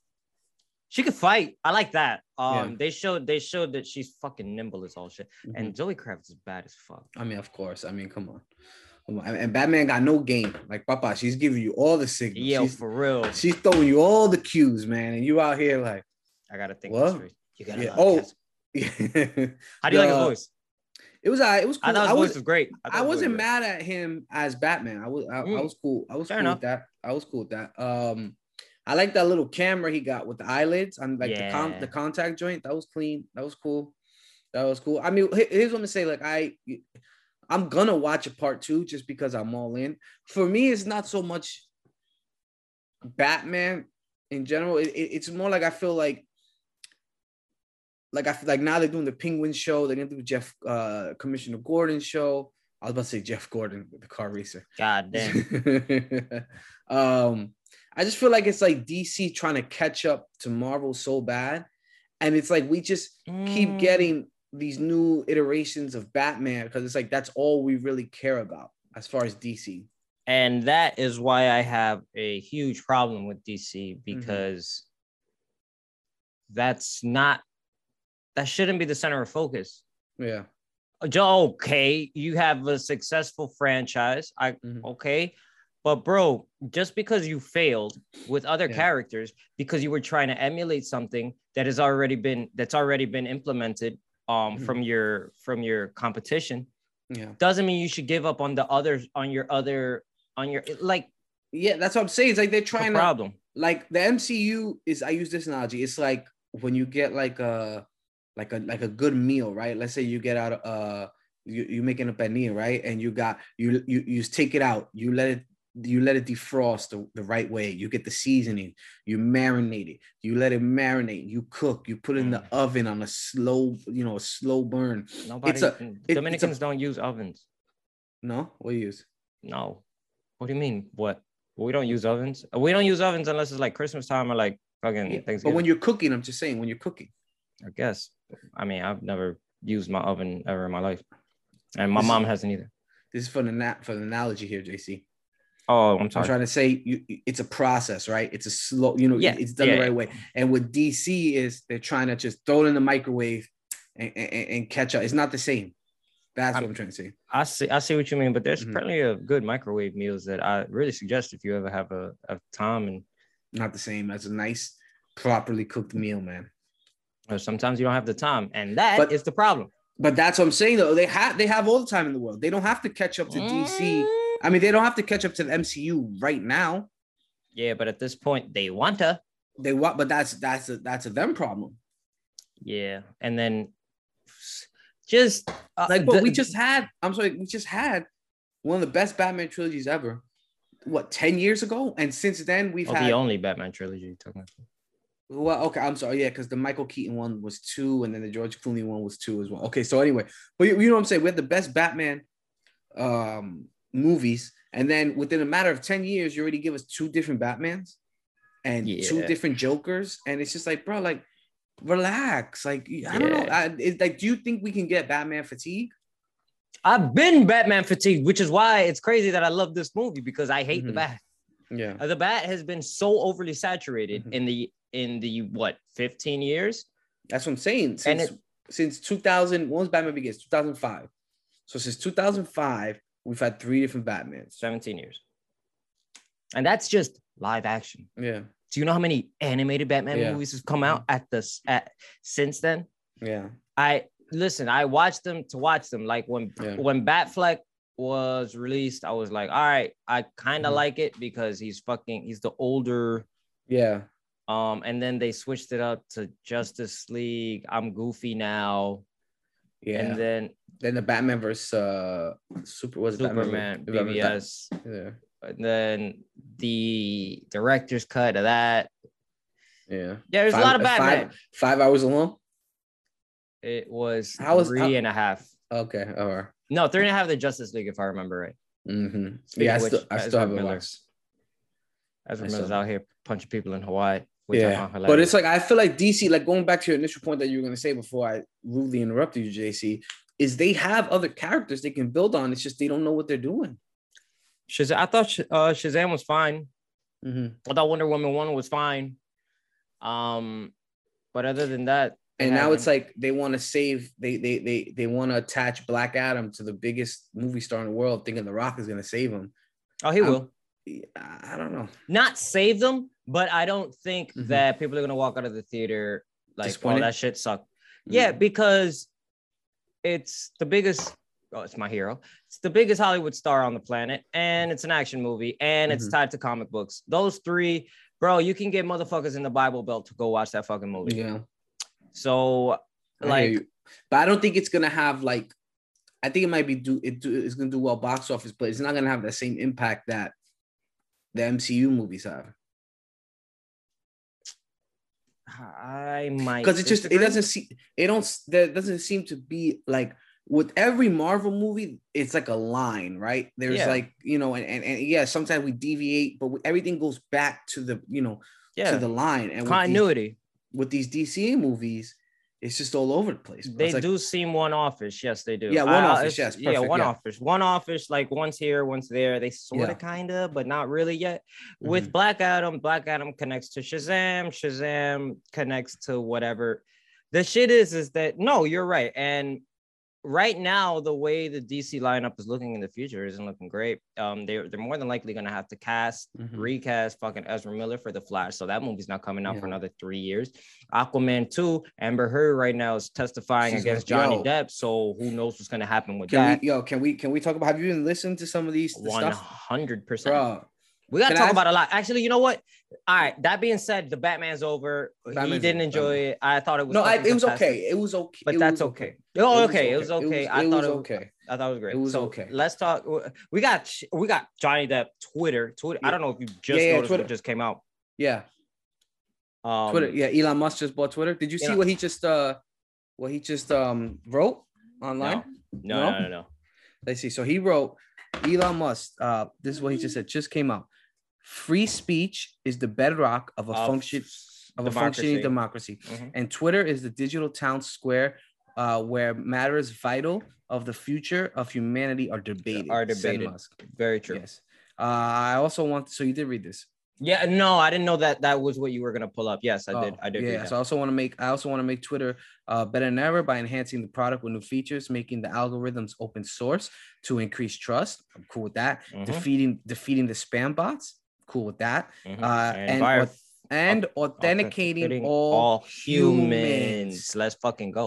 Speaker 2: she could fight. I like that. Um, they showed they showed that she's fucking nimble as all shit.
Speaker 1: Mm-hmm.
Speaker 2: And Zoe Kravitz is bad as fuck.
Speaker 1: I mean, of course. I mean, come on, come on. And- And Batman got no game. Like, Papa, she's giving you all the signals.
Speaker 2: Yeah,
Speaker 1: she's,
Speaker 2: for real.
Speaker 1: she's throwing you all the cues, man, and you out here like,
Speaker 2: I gotta think.
Speaker 1: What?
Speaker 2: this through. You gotta.
Speaker 1: Yeah,
Speaker 2: love
Speaker 1: oh,
Speaker 2: Cass-
Speaker 1: it
Speaker 2: How do you like
Speaker 1: the-
Speaker 2: his voice?
Speaker 1: was, all right, it was cool.
Speaker 2: I thought his
Speaker 1: I
Speaker 2: voice
Speaker 1: was,
Speaker 2: was great. thought
Speaker 1: I
Speaker 2: his voice
Speaker 1: wasn't
Speaker 2: was great.
Speaker 1: mad at him as Batman. I was I, I
Speaker 2: Mm.
Speaker 1: was cool. I was
Speaker 2: Fair
Speaker 1: cool
Speaker 2: enough.
Speaker 1: with that. I was cool with that. Um I like that little camera he got with the eyelids on like the
Speaker 2: Yeah.
Speaker 1: con- the contact joint. That was clean. That was cool. That was cool. I mean, he- here's what I'm gonna say. Like I I'm gonna watch a part two just because I'm all in. For me, it's not so much Batman in general. It, it- it's more like I feel like like I feel like now they're doing the Penguin show. They're gonna do Jeff uh Commissioner Gordon show. I was about to say Jeff Gordon, the car racer.
Speaker 2: God damn.
Speaker 1: um, I just feel like it's like DC trying to catch up to Marvel so bad, and it's like we just keep
Speaker 2: Mm.
Speaker 1: getting these new iterations of Batman because it's like that's all we really care about as far as DC.
Speaker 2: And that is why I have a huge problem with DC
Speaker 1: Mm-hmm.
Speaker 2: because that's not that shouldn't be the center of focus.
Speaker 1: Yeah.
Speaker 2: Jo- Okay, you have a successful franchise. I
Speaker 1: Mhm.
Speaker 2: okay. But bro, just because you failed with other
Speaker 1: Yeah.
Speaker 2: characters because you were trying to emulate something that has already been that's already been implemented um
Speaker 1: Mhm.
Speaker 2: from your from your competition
Speaker 1: Yeah.
Speaker 2: doesn't mean you should give up on the others on your other on your like
Speaker 1: Yeah, that's what I'm saying. It's like they're trying
Speaker 2: a
Speaker 1: to
Speaker 2: problem.
Speaker 1: like the MCU is I use this analogy. It's like when you get like a like a like a good meal, right? Let's say you get out uh you you making a panini, right? And you got you you you take it out, you let it you let it defrost the, the right way. You get the seasoning, you marinate it, you let it marinate, you cook, you put it in the
Speaker 2: Mm.
Speaker 1: oven on a slow, you know, a slow burn.
Speaker 2: Nobody
Speaker 1: a- it's a-
Speaker 2: Dominicans don't use ovens.
Speaker 1: No, what do you use?
Speaker 2: No. What do you mean? What? We don't use ovens. We don't use ovens unless it's like Christmas time or like fucking
Speaker 1: Yeah, But
Speaker 2: Thanksgiving.
Speaker 1: when you're cooking, I'm just saying when you're cooking.
Speaker 2: I guess. I mean, I've never used my oven ever in my life, and my
Speaker 1: This is-
Speaker 2: mom hasn't either.
Speaker 1: This is for the na- for the analogy here, JC.
Speaker 2: Oh, I'm
Speaker 1: I'm
Speaker 2: sorry.
Speaker 1: trying to say you, you- it's a process, right? It's a slow, you know, it-
Speaker 2: Yeah,
Speaker 1: it's done
Speaker 2: yeah,
Speaker 1: the
Speaker 2: yeah.
Speaker 1: right way. And with DC is they're trying to just throw it in the microwave and, and, and catch up. It's not the same. That's what I'm trying to say.
Speaker 2: I see. I see what you mean, but there's
Speaker 1: Mhm.
Speaker 2: plenty of good microwave meals that I really suggest if you ever have a, a time and
Speaker 1: Not the same. That's a nice, properly cooked meal, man.
Speaker 2: or sometimes you don't have the time, and that is
Speaker 1: But-
Speaker 2: the problem.
Speaker 1: But that's what I'm saying though. They have they have all the time in the world. They don't have to catch up to DC. I mean, they don't have to catch up to the MCU right now.
Speaker 2: Yeah, but at this point, they want to.
Speaker 1: They want, but that's that's a that's a them problem.
Speaker 2: Yeah, and then just uh,
Speaker 1: Like what
Speaker 2: the-
Speaker 1: we just had. I'm sorry, we just had one of the best Batman trilogies ever. What ten years ago? And since then we've
Speaker 2: oh,
Speaker 1: had
Speaker 2: the only Batman trilogy you're talking about.
Speaker 1: Well, okay, I'm sorry. Yeah, because the Michael Keaton one was two, and then the George Clooney one was two as well. Okay, so anyway, but you, you know what I'm saying? We had the best Batman um, movies, and then within a matter of 10 years, you already give us two different Batmans and two
Speaker 2: Yeah.
Speaker 1: different Jokers. And it's just like, bro, like, relax. Like, I don't know.
Speaker 2: Yeah.
Speaker 1: I, it's like, do you think we can get Batman fatigue?
Speaker 2: I've been Batman fatigued, which is why it's crazy that I love this movie because I hate the
Speaker 1: Mhm.
Speaker 2: bat.
Speaker 1: Yeah.
Speaker 2: Uh, The bat has been so overly saturated
Speaker 1: Mhm.
Speaker 2: in the in the what 15 years.
Speaker 1: That's what I'm saying.
Speaker 2: And
Speaker 1: Since since 2000, when was Batman begins? 2005. So since 2005, we've had three different Batmans.
Speaker 2: 17 years. And that's just live action.
Speaker 1: Yeah.
Speaker 2: Do you know how many animated Batman
Speaker 1: Yeah. Mm-hmm.
Speaker 2: movies have come out at this at since then?
Speaker 1: Yeah.
Speaker 2: I listen, I watched them to watch them. Like when
Speaker 1: Yeah.
Speaker 2: when Batfleck was released, I was like, all right, I kind of
Speaker 1: Mhm.
Speaker 2: like it because he's fucking he's the older
Speaker 1: Yeah.
Speaker 2: um and then they switched it up to Justice League, I'm Goofy now.
Speaker 1: Yeah.
Speaker 2: And then
Speaker 1: then the Batman versus uh Super was it
Speaker 2: Superman,
Speaker 1: Batman, versus- Batman-
Speaker 2: BBS,
Speaker 1: Bat-
Speaker 2: and then the director's cut of that.
Speaker 1: yeah. Yeah.
Speaker 2: Yeah, there's a lot of Batman.
Speaker 1: Five, five hours long.
Speaker 2: It was
Speaker 1: How is-
Speaker 2: three
Speaker 1: how-
Speaker 2: and a half.
Speaker 1: Okay. All right.
Speaker 2: No, three and a half. The Justice League, if I remember right.
Speaker 1: Mm-hmm.
Speaker 2: Speaking
Speaker 1: Yeah. I
Speaker 2: of which,
Speaker 1: still, I still
Speaker 2: Ezra
Speaker 1: haven't
Speaker 2: uh, Miller-
Speaker 1: watched.
Speaker 2: Ezra
Speaker 1: I
Speaker 2: Miller's
Speaker 1: still-
Speaker 2: out here punching people in Hawaii. Which I
Speaker 1: Yeah.
Speaker 2: found
Speaker 1: But it's
Speaker 2: hilarious.
Speaker 1: like I feel like DC, like going back to your initial point that you were gonna say before I rudely interrupted you, JC, is they have other characters they can build on. It's just they don't know what they're doing.
Speaker 2: Shazam. I thought Sh- uh, Shazam was fine.
Speaker 1: Mhm.
Speaker 2: I thought Wonder Woman one was fine. Um, but other than that, they
Speaker 1: And now
Speaker 2: haven't.
Speaker 1: it's like they want to save they they they they want to attach Black Adam to the biggest movie star in the world, thinking The Rock is gonna save him.
Speaker 2: oh, he
Speaker 1: I'm-
Speaker 2: will
Speaker 1: Yeah, I don't know.
Speaker 2: not save them, but I don't think
Speaker 1: Mhm.
Speaker 2: that people are gonna walk out of the theater like, oh,
Speaker 1: Disappointed? Mm-hmm.
Speaker 2: that shit sucked. Yeah, because it's the biggest. Oh, it's my hero. It's the biggest Hollywood star on the planet, and it's an action movie, and it's
Speaker 1: Mhm.
Speaker 2: tied to comic books. Those three, bro, you can get motherfuckers in the Bible Belt to go watch that fucking movie.
Speaker 1: Mm, Yeah.
Speaker 2: So,
Speaker 1: I hear
Speaker 2: like,
Speaker 1: you. but I don't think it's gonna have like. I think it might be do it do it's gonna do well box office, but it's not gonna have the same impact that the MCU movies have
Speaker 2: I might
Speaker 1: because it just it
Speaker 2: disagree.
Speaker 1: doesn't see it don't there doesn't seem to be like with every Marvel movie, it's like a line, right? There's
Speaker 2: Yeah.
Speaker 1: like, you know, and, and, and yeah, sometimes we deviate, but we, everything goes back to the, you know,
Speaker 2: yeah
Speaker 1: to the line. And
Speaker 2: continuity
Speaker 1: With these, with these DCA movies, it's just all over the place. bro.
Speaker 2: they
Speaker 1: It's like,
Speaker 2: do seem one offish yes they do Uh,
Speaker 1: Yeah, one-offish,
Speaker 2: it's-
Speaker 1: yes,
Speaker 2: yeah
Speaker 1: perfect,
Speaker 2: one
Speaker 1: yeah.
Speaker 2: offish one offish like once here once there they sort
Speaker 1: Yeah. Mm-hmm.
Speaker 2: of kind of but not really yet with black adam black adam connects to shazam shazam connects to whatever the shit is is that no you're right and right now the way the dc lineup is looking in the future isn't looking great um they're, they're more than likely going to have to cast
Speaker 1: mhm.
Speaker 2: recast fucking Ezra Miller for The Flash. So that movie's not coming out for
Speaker 1: Yeah.
Speaker 2: another three years. Aquaman 2, Amber Heard right now is testifying
Speaker 1: She's
Speaker 2: against
Speaker 1: like,
Speaker 2: Johnny
Speaker 1: yo.
Speaker 2: Depp. So who knows what's going to happen with
Speaker 1: Can
Speaker 2: that?
Speaker 1: we, yo, can we can we talk about? Have you even listened to some of these the stuff,
Speaker 2: 100%.
Speaker 1: bro?
Speaker 2: we got to
Speaker 1: can
Speaker 2: talk
Speaker 1: I-
Speaker 2: about a lot. Actually, you know what? All right. That being said, the Batman's over. he
Speaker 1: Batman's
Speaker 2: didn't
Speaker 1: over,
Speaker 2: enjoy
Speaker 1: Batman.
Speaker 2: it. I thought it was
Speaker 1: No, I,
Speaker 2: fucking
Speaker 1: it was
Speaker 2: fantastic,
Speaker 1: okay. It was okay.
Speaker 2: But
Speaker 1: it
Speaker 2: that's
Speaker 1: was
Speaker 2: okay. Oh, okay. It was okay. I
Speaker 1: was
Speaker 2: thought it was
Speaker 1: okay.
Speaker 2: I thought it was great.
Speaker 1: It was
Speaker 2: so
Speaker 1: okay.
Speaker 2: Let's talk. We got sh- we got Johnny Depp Twitter. Twitter. I don't know if you just
Speaker 1: Yeah, yeah,
Speaker 2: noticed
Speaker 1: Twitter.
Speaker 2: what just came out.
Speaker 1: Yeah,
Speaker 2: Um,
Speaker 1: Twitter. Yeah, Elon Musk just bought Twitter. Did you see
Speaker 2: Elon-
Speaker 1: what he just uh what he just um wrote online?
Speaker 2: No, no,
Speaker 1: No?
Speaker 2: no, no. no.
Speaker 1: Let's see. So he wrote Elon Musk. Uh, this is what he just said. Just came out. Free speech is the bedrock of a
Speaker 2: Of
Speaker 1: function of a
Speaker 2: democracy.
Speaker 1: functioning democracy,
Speaker 2: Mhm.
Speaker 1: and Twitter is the digital town square uh, where matters vital of the future of humanity are debated.
Speaker 2: Are
Speaker 1: said
Speaker 2: debated.
Speaker 1: Musk.
Speaker 2: Very true.
Speaker 1: Yes. Uh, I also want. So you did read this.
Speaker 2: Yeah, no, I didn't know that that was what you were gonna pull up. Yes, I did.
Speaker 1: Oh,
Speaker 2: I did.
Speaker 1: Yeah.
Speaker 2: read that.
Speaker 1: So I also want to make I also want to make Twitter uh, better than ever by enhancing the product with new features, making the algorithms open source to increase trust. I'm cool with that.
Speaker 2: Mhm,
Speaker 1: Defeating defeating the spam bots. Cool with that.
Speaker 2: mhm.
Speaker 1: Uh,
Speaker 2: And
Speaker 1: and
Speaker 2: by
Speaker 1: auth- And authenticating
Speaker 2: authenticating
Speaker 1: all, humans.
Speaker 2: humans. Let's fucking go.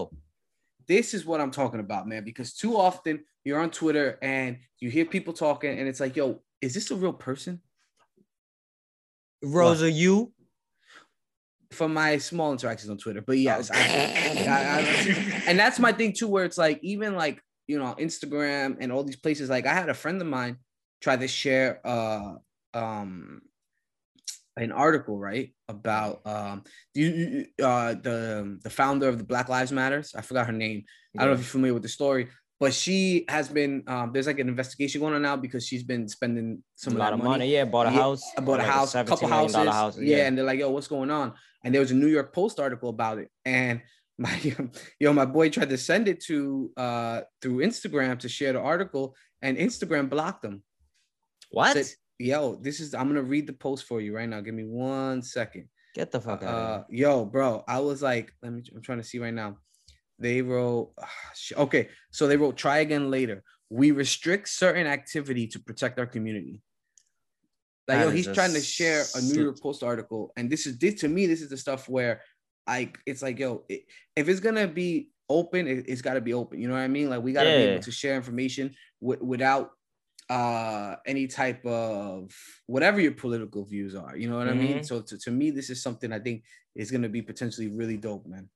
Speaker 1: This is what I'm talking about, man. Because too often you're on Twitter and you hear people talking, and it's like, yo, is this a real person?
Speaker 2: Rosa, you.
Speaker 1: From my small interactions on Twitter, but yes, I, I, I, and that's my thing too, where it's like even like you know Instagram and all these places. Like I had a friend of mine try to share uh um an article right about um you, you- you- uh the the founder of the Black Lives Matters. I forgot her name. I don't know if you're familiar with the story, but she has been um there's like an investigation going on now because she's been spending
Speaker 2: a
Speaker 1: some of
Speaker 2: lot
Speaker 1: that
Speaker 2: of
Speaker 1: money.
Speaker 2: money. Yeah, bought a
Speaker 1: Yeah,
Speaker 2: house.
Speaker 1: I bought a
Speaker 2: like
Speaker 1: house, a couple
Speaker 2: $17 million
Speaker 1: houses.
Speaker 2: dollar
Speaker 1: yeah, and they're like, yo, what's going on? And there was a New York Post article about it. And my yo, my boy tried to send it to uh through Instagram to share the article, and Instagram blocked them.
Speaker 2: What?
Speaker 1: Said- Yo, this is I'm gonna read the post for you right now. Give me one second.
Speaker 2: Get the fuck out.
Speaker 1: Uh
Speaker 2: of
Speaker 1: yo, bro, I was like, let me I'm trying to see right now. They wrote ah, sh- okay, so they wrote try again later. We restrict certain activity to protect our community. Like
Speaker 2: That
Speaker 1: yo,
Speaker 2: is
Speaker 1: he's
Speaker 2: a
Speaker 1: trying to share a New
Speaker 2: sick-
Speaker 1: York Post article, and this is this to me, this is the stuff where I it's like, yo, it, if it's gonna be open, it, has gotta be open. You know what I mean? Like we gotta be
Speaker 2: Yeah.
Speaker 1: able to share information wi- without uh any type of whatever your political views are. You know what I mean?
Speaker 2: Mhm.
Speaker 1: So to, to me, this is something I think is gonna be potentially really dope, man.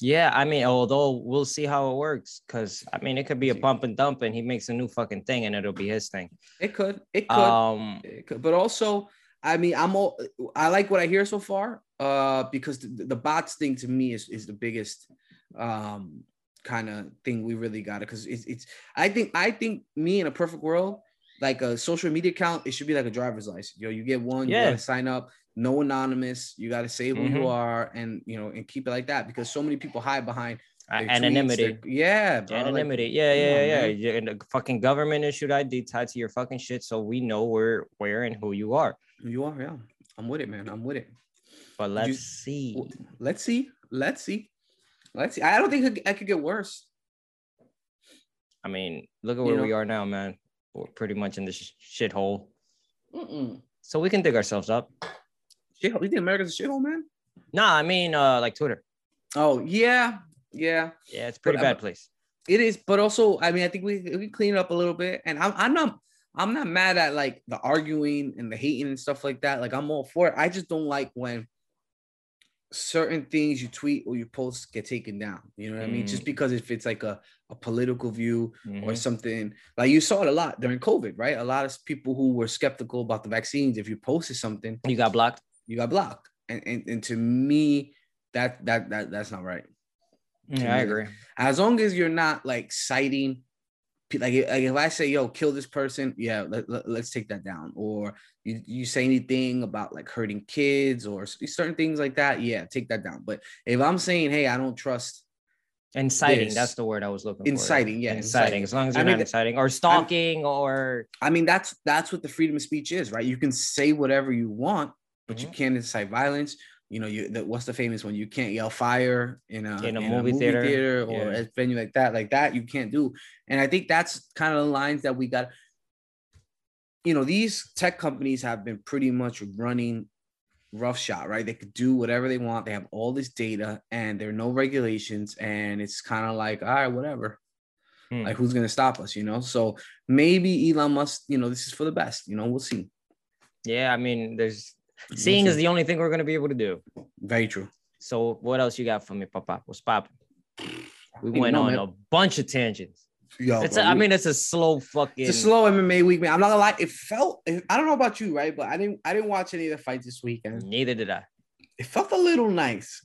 Speaker 2: Yeah, I mean, although we'll see how it works, because I mean, it could be a
Speaker 1: See.
Speaker 2: pump and dump, and he makes a new fucking thing, and it'll be his thing.
Speaker 1: It could, it could.
Speaker 2: Um,
Speaker 1: It could- but also i mean i'm all i like what i hear so far uh because the, the bots thing to me is is the biggest um kind of thing we really got because it's, it's i think i think me in a perfect world like a social media account it should be like a driver's license you know you get one you
Speaker 2: Yeah.
Speaker 1: gotta sign up no anonymous you gotta say who you
Speaker 2: Mhm.
Speaker 1: are and you know and keep it like that because so many people hide behind
Speaker 2: a-
Speaker 1: their tweets,
Speaker 2: anonymity.
Speaker 1: their- yeah bro, Oh, like,
Speaker 2: Anonymity. yeah,
Speaker 1: come
Speaker 2: yeah,
Speaker 1: on,
Speaker 2: yeah.
Speaker 1: man.
Speaker 2: yeah. And the fucking government issued ID tied to your fucking shit, so we know where, where, and who you are.
Speaker 1: you are yeah i'm with it man i'm with it
Speaker 2: But
Speaker 1: Would
Speaker 2: let's
Speaker 1: you-
Speaker 2: see.
Speaker 1: Well, let's see. Let's see. Let's see. I don't think it could- it could get worse.
Speaker 2: I mean, look at
Speaker 1: you
Speaker 2: where
Speaker 1: know-
Speaker 2: we are now, man. We're pretty much in this sh- shithole,
Speaker 1: Mm-mm.
Speaker 2: so we can dig ourselves up.
Speaker 1: Shithole. You think America's a shithole, man?
Speaker 2: Nah, I mean, uh, like Twitter.
Speaker 1: Oh yeah, yeah.
Speaker 2: Yeah, it's a pretty
Speaker 1: But, uh,
Speaker 2: bad place.
Speaker 1: It is, but also, I mean, I think we we clean it up a little bit. And I'm I'm not I'm not mad at like the arguing and the hating and stuff like that. Like I'm all for it. I just don't like when certain things you tweet or you post get taken down. You know what I mean?
Speaker 2: Mm.
Speaker 1: Just because if it's like a, a political view or
Speaker 2: Mhm.
Speaker 1: something like you saw it a lot during COVID, right? A lot of people who were skeptical about the vaccines, if you posted something,
Speaker 2: You got blocked.
Speaker 1: you got blocked. And and, and to me, that that that that's not right.
Speaker 2: Yeah, I agree.
Speaker 1: As long as you're not like citing, pe- like, if- like if I say, "Yo, kill this person," yeah, let, let, us take that down. Or you, you say anything about like hurting kids or s- certain things like that, yeah, take that down. But if I'm saying, "Hey, I don't trust,"
Speaker 2: Inciting,
Speaker 1: Yes.
Speaker 2: that's the word I was looking
Speaker 1: Inciting,
Speaker 2: for.
Speaker 1: yeah,
Speaker 2: Inciting.
Speaker 1: inciting.
Speaker 2: As long as
Speaker 1: I
Speaker 2: you're
Speaker 1: mean,
Speaker 2: not inciting or stalking or
Speaker 1: I mean, that's that's what the freedom of speech is, right? You can say whatever you want, but you
Speaker 2: Mhm.
Speaker 1: can't incite violence. You know, you the, what's the famous one? You can't yell fire in a,
Speaker 2: In a movie theater,
Speaker 1: or
Speaker 2: yeah.
Speaker 1: a venue like that. Like that, you can't do. And I think that's kind of the lines that we got. You know, these tech companies have been pretty much running roughshod, right? They could do whatever they want. They have all this data, and there are no regulations. And it's kind of like, all right, whatever.
Speaker 2: Hmm.
Speaker 1: Like, who's gonna stop us? You know. So maybe Elon Musk. You know, this is for the best. You know, we'll see.
Speaker 2: yeah, I mean, there's
Speaker 1: We'll
Speaker 2: seeing is
Speaker 1: see.
Speaker 2: the only thing we're gonna be able to do.
Speaker 1: very true.
Speaker 2: So what else you got for me, Papa? What's poppin'? We
Speaker 1: even
Speaker 2: went
Speaker 1: know,
Speaker 2: on
Speaker 1: man.
Speaker 2: a bunch of tangents.
Speaker 1: Yo,
Speaker 2: It's a,
Speaker 1: bro,
Speaker 2: I
Speaker 1: we-
Speaker 2: mean, it's a slow fucking.
Speaker 1: it's a slow MMA week, man. I'm not gonna lie. It felt. It, I don't know about you, right? But I didn't. I didn't watch any of the fights this weekend.
Speaker 2: Neither did I.
Speaker 1: It felt a little nice.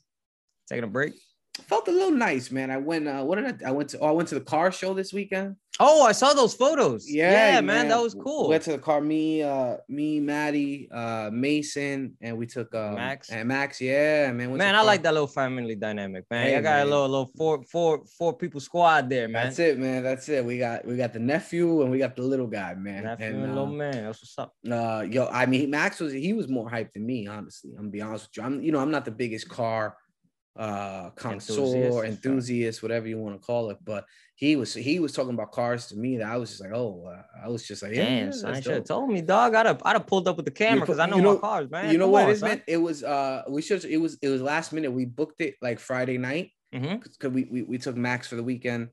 Speaker 2: Taking a break.
Speaker 1: It felt a little nice, man. I went. Uh, what did I? I went to. Oh, I went to the car show this weekend.
Speaker 2: Oh, I saw those photos.
Speaker 1: Yeah,
Speaker 2: man, that was cool.
Speaker 1: We went to the car. Me, uh, me, Maddie, uh, Mason, and we took um,
Speaker 2: Max.
Speaker 1: and Max. Yeah, man. went to
Speaker 2: man,
Speaker 1: the
Speaker 2: I
Speaker 1: car.
Speaker 2: like that little family dynamic, man.
Speaker 1: Hey,
Speaker 2: I got
Speaker 1: man.
Speaker 2: a little, little four, four, four people squad there, man.
Speaker 1: That's it, man. That's it. We got we got the nephew and we got the little guy, man.
Speaker 2: Nephew
Speaker 1: and,
Speaker 2: and
Speaker 1: uh,
Speaker 2: little man. That's what's up.
Speaker 1: uh yo i mean max was he was more hyped than me honestly i'm gonna be honest with you i'm you know i'm not the biggest car uh connoisseur
Speaker 2: Mm-hmm. Enthusiast.
Speaker 1: enthusiast whatever you want to call it but he was he was talking about cars to me that i was just like oh uh, i was just like yeah,
Speaker 2: Damn,
Speaker 1: yeah,
Speaker 2: son,
Speaker 1: that's
Speaker 2: should have
Speaker 1: dope.
Speaker 2: told me, dog. I'd have, I'd have pulled up with the camera because I know,
Speaker 1: you know-
Speaker 2: my cars, man.
Speaker 1: you know
Speaker 2: Come
Speaker 1: what
Speaker 2: on,
Speaker 1: it is man it was uh we should it was it was last minute we booked it like friday night
Speaker 2: hmm
Speaker 1: because we, we we took max for the weekend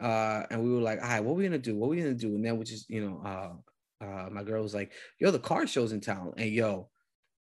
Speaker 1: uh and we were like all right what we gonna do what we gonna do and then we just you know uh uh, my girl was like, "Yo, the car show's in town," and yo,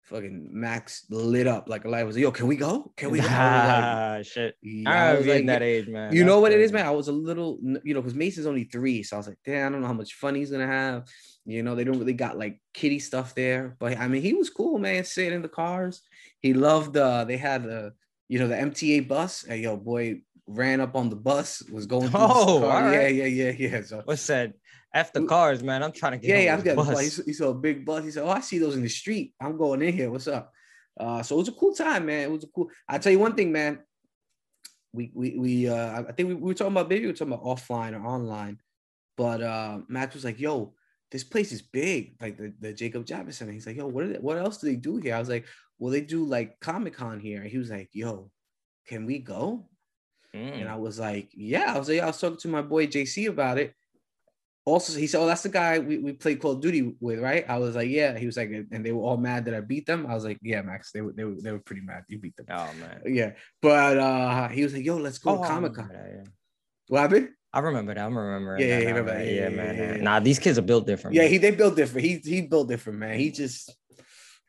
Speaker 1: fucking Max lit up like a light. Was like, "Yo, can we go? Can we go?" I was like,
Speaker 2: ah, shit.
Speaker 1: yeah,
Speaker 2: I
Speaker 1: I
Speaker 2: remember
Speaker 1: was
Speaker 2: being
Speaker 1: like,
Speaker 2: that age, man.
Speaker 1: you know
Speaker 2: That's
Speaker 1: what it is,
Speaker 2: crazy.
Speaker 1: man. I was a little, you know, because Mason's only three, so I was like, "Damn, I don't know how much fun he's gonna have." You know, they don't really got like kitty stuff there, but I mean, he was cool, man. Sitting in the cars, he loved. uh They had the, you know, the MTA bus, and yo, boy ran up on the bus, was going. Through
Speaker 2: Oh,
Speaker 1: the car.
Speaker 2: all right.
Speaker 1: yeah, yeah, yeah, yeah. So
Speaker 2: What's that? After
Speaker 1: Who-
Speaker 2: cars, man. I'm trying to get.
Speaker 1: yeah,
Speaker 2: on
Speaker 1: yeah, I was
Speaker 2: this
Speaker 1: getting
Speaker 2: bus.
Speaker 1: bus. He, saw, he saw a big bus. He said, "Oh, I see those in the street. I'm going in here. What's up?" Uh, so it was a cool time, man. It was a cool. I tell you one thing, man. We we we uh, I think we, we were talking about maybe we were talking about offline or online, but uh, Max was like, "Yo, this place is big, like the, the Jacob Javits Center." He's like, "Yo, what are they, what else do they do here?" I was like, "Well, they do like Comic Con here." And he was like, "Yo, can we go?"
Speaker 2: Mm.
Speaker 1: And I was like, yeah. I was like, I was talking to my boy JC about it. Also, he said, oh, that's the guy we, we played Call of Duty with, right? I was like, yeah. He was like, and they were all mad that I beat them. I was like, yeah, Max, they were they were, they were pretty mad. You beat them.
Speaker 2: Oh man.
Speaker 1: Yeah. But uh he was like, yo, let's go
Speaker 2: Oh,
Speaker 1: to
Speaker 2: I
Speaker 1: Comic Con.
Speaker 2: remember that, yeah.
Speaker 1: What happened?
Speaker 2: I remember that. I'm remembering.
Speaker 1: Yeah, yeah,
Speaker 2: that now,
Speaker 1: remember
Speaker 2: man.
Speaker 1: that.
Speaker 2: yeah,
Speaker 1: Yeah, yeah,
Speaker 2: man.
Speaker 1: yeah, yeah.
Speaker 2: Nah, these kids are built different.
Speaker 1: Yeah,
Speaker 2: man.
Speaker 1: he they built different. He he built different, man. He just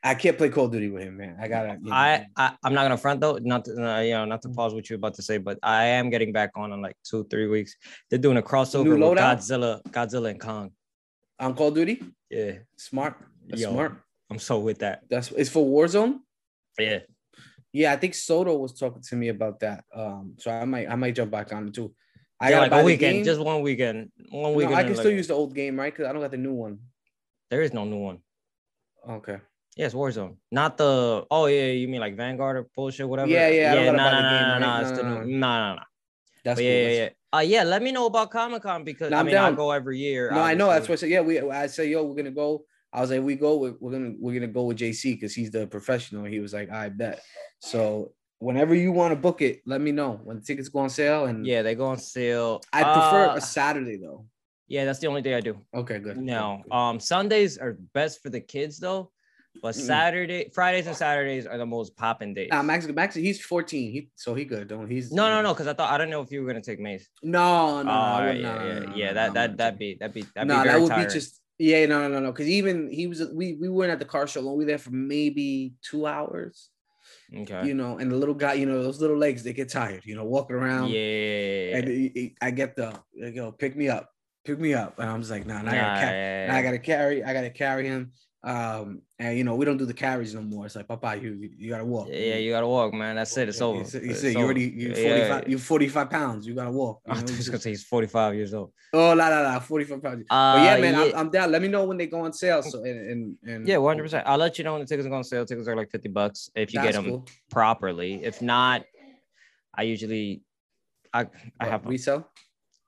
Speaker 1: I can't play Call of Duty with him, man. I gotta you know.
Speaker 2: I, I I'm not gonna front though, not to, uh, you know, not
Speaker 1: Mm.
Speaker 2: to pause what you're about to say, but I am getting back on in like two, three weeks. They're doing a crossover
Speaker 1: New
Speaker 2: with
Speaker 1: loadout?
Speaker 2: Godzilla, Godzilla and Kong.
Speaker 1: on Call of Duty.
Speaker 2: Yeah,
Speaker 1: Smart. That's
Speaker 2: Yo.
Speaker 1: smart.
Speaker 2: I'm so with that.
Speaker 1: That's it's for Warzone.
Speaker 2: Yeah,
Speaker 1: Yeah, I think Soto was talking to me about that. Um, so I might I might jump back on it too. I
Speaker 2: Yeah,
Speaker 1: got
Speaker 2: like a weekend,
Speaker 1: Game.
Speaker 2: just one weekend, one
Speaker 1: no,
Speaker 2: weekend.
Speaker 1: I
Speaker 2: and,
Speaker 1: can
Speaker 2: like,
Speaker 1: still use the old game, right? Because I don't got the new one.
Speaker 2: There is no new one.
Speaker 1: Okay.
Speaker 2: Yes, Warzone, not the. Oh yeah, you mean like Vanguard or bullshit, whatever.
Speaker 1: Yeah, yeah, I don't
Speaker 2: yeah.
Speaker 1: gotta
Speaker 2: Nah,
Speaker 1: buy the
Speaker 2: nah, nah,
Speaker 1: game,
Speaker 2: nah,
Speaker 1: right?
Speaker 2: it's the
Speaker 1: No, no,
Speaker 2: new- nah, nah, nah.
Speaker 1: That's
Speaker 2: But
Speaker 1: cool.
Speaker 2: yeah,
Speaker 1: that's-
Speaker 2: yeah, yeah. Uh, yeah. Let me know about Comic Con because
Speaker 1: No,
Speaker 2: I
Speaker 1: I'm
Speaker 2: mean I
Speaker 1: down.
Speaker 2: go every year.
Speaker 1: No, I know. That's
Speaker 2: obviously.
Speaker 1: what I said. Yeah, we I said, yo, we're gonna go. I was like, we go, we're, we're gonna we're gonna go with JC because he's the professional. He was like, I bet. So whenever you want to book it, let me know when the tickets go on sale. And
Speaker 2: Yeah, they go on sale.
Speaker 1: I prefer
Speaker 2: Uh,
Speaker 1: a Saturday though.
Speaker 2: yeah, that's the only day I do.
Speaker 1: Okay, good. good,
Speaker 2: No.
Speaker 1: good.
Speaker 2: Um Sundays are best for the kids though. But
Speaker 1: Mm-mm.
Speaker 2: Saturday, Fridays and Saturdays are the most popping days.
Speaker 1: Nah, Max, Max, he's 14. He so he good. Don't he's
Speaker 2: no, no, no, because I thought I don't know if you were gonna take Mace.
Speaker 1: Oh, No, no, no,
Speaker 2: All
Speaker 1: I
Speaker 2: right,
Speaker 1: wouldn't- no,
Speaker 2: Oh, yeah,
Speaker 1: no,
Speaker 2: yeah,
Speaker 1: no, no,
Speaker 2: yeah.
Speaker 1: no,
Speaker 2: that
Speaker 1: no,
Speaker 2: that
Speaker 1: no.
Speaker 2: that'd be that'd be that'd
Speaker 1: no,
Speaker 2: be very
Speaker 1: that would
Speaker 2: tiring.
Speaker 1: be just yeah, no, no, no, no. Because even he was we we weren't at the car show long. We were there for maybe two hours,
Speaker 2: okay.
Speaker 1: you know. And the little guy, you know, those little legs, they get tired, you know, walking around.
Speaker 2: yeah.
Speaker 1: And he- he- I get the like, yo, pick me up, pick me up, and I'm just like, nah, nah, I
Speaker 2: Nah,
Speaker 1: gotta, ca-
Speaker 2: yeah,
Speaker 1: nah, I
Speaker 2: yeah.
Speaker 1: gotta carry, I gotta carry him. Um, and you know, we don't do the carriage no more. It's like, Papa, you you gotta walk.
Speaker 2: Yeah, you gotta walk, man. That's it. It's over.
Speaker 1: You said, you
Speaker 2: It's
Speaker 1: said you
Speaker 2: over.
Speaker 1: already you're 45,
Speaker 2: Yeah.
Speaker 1: you're 45 pounds, you gotta walk. you
Speaker 2: I
Speaker 1: know,
Speaker 2: was
Speaker 1: just-
Speaker 2: gonna say he's 45 years old.
Speaker 1: oh la la la, 45 pounds.
Speaker 2: Uh,
Speaker 1: But yeah, man,
Speaker 2: yeah,
Speaker 1: I'm, I'm down. Let me know when they go on sale. So and and, and
Speaker 2: yeah, 100. percent I'll let you know when the tickets are on sale. Tickets are like 50 bucks if you get
Speaker 1: That's
Speaker 2: them
Speaker 1: cool.
Speaker 2: properly. If not, I usually, I I
Speaker 1: What,
Speaker 2: have
Speaker 1: resell.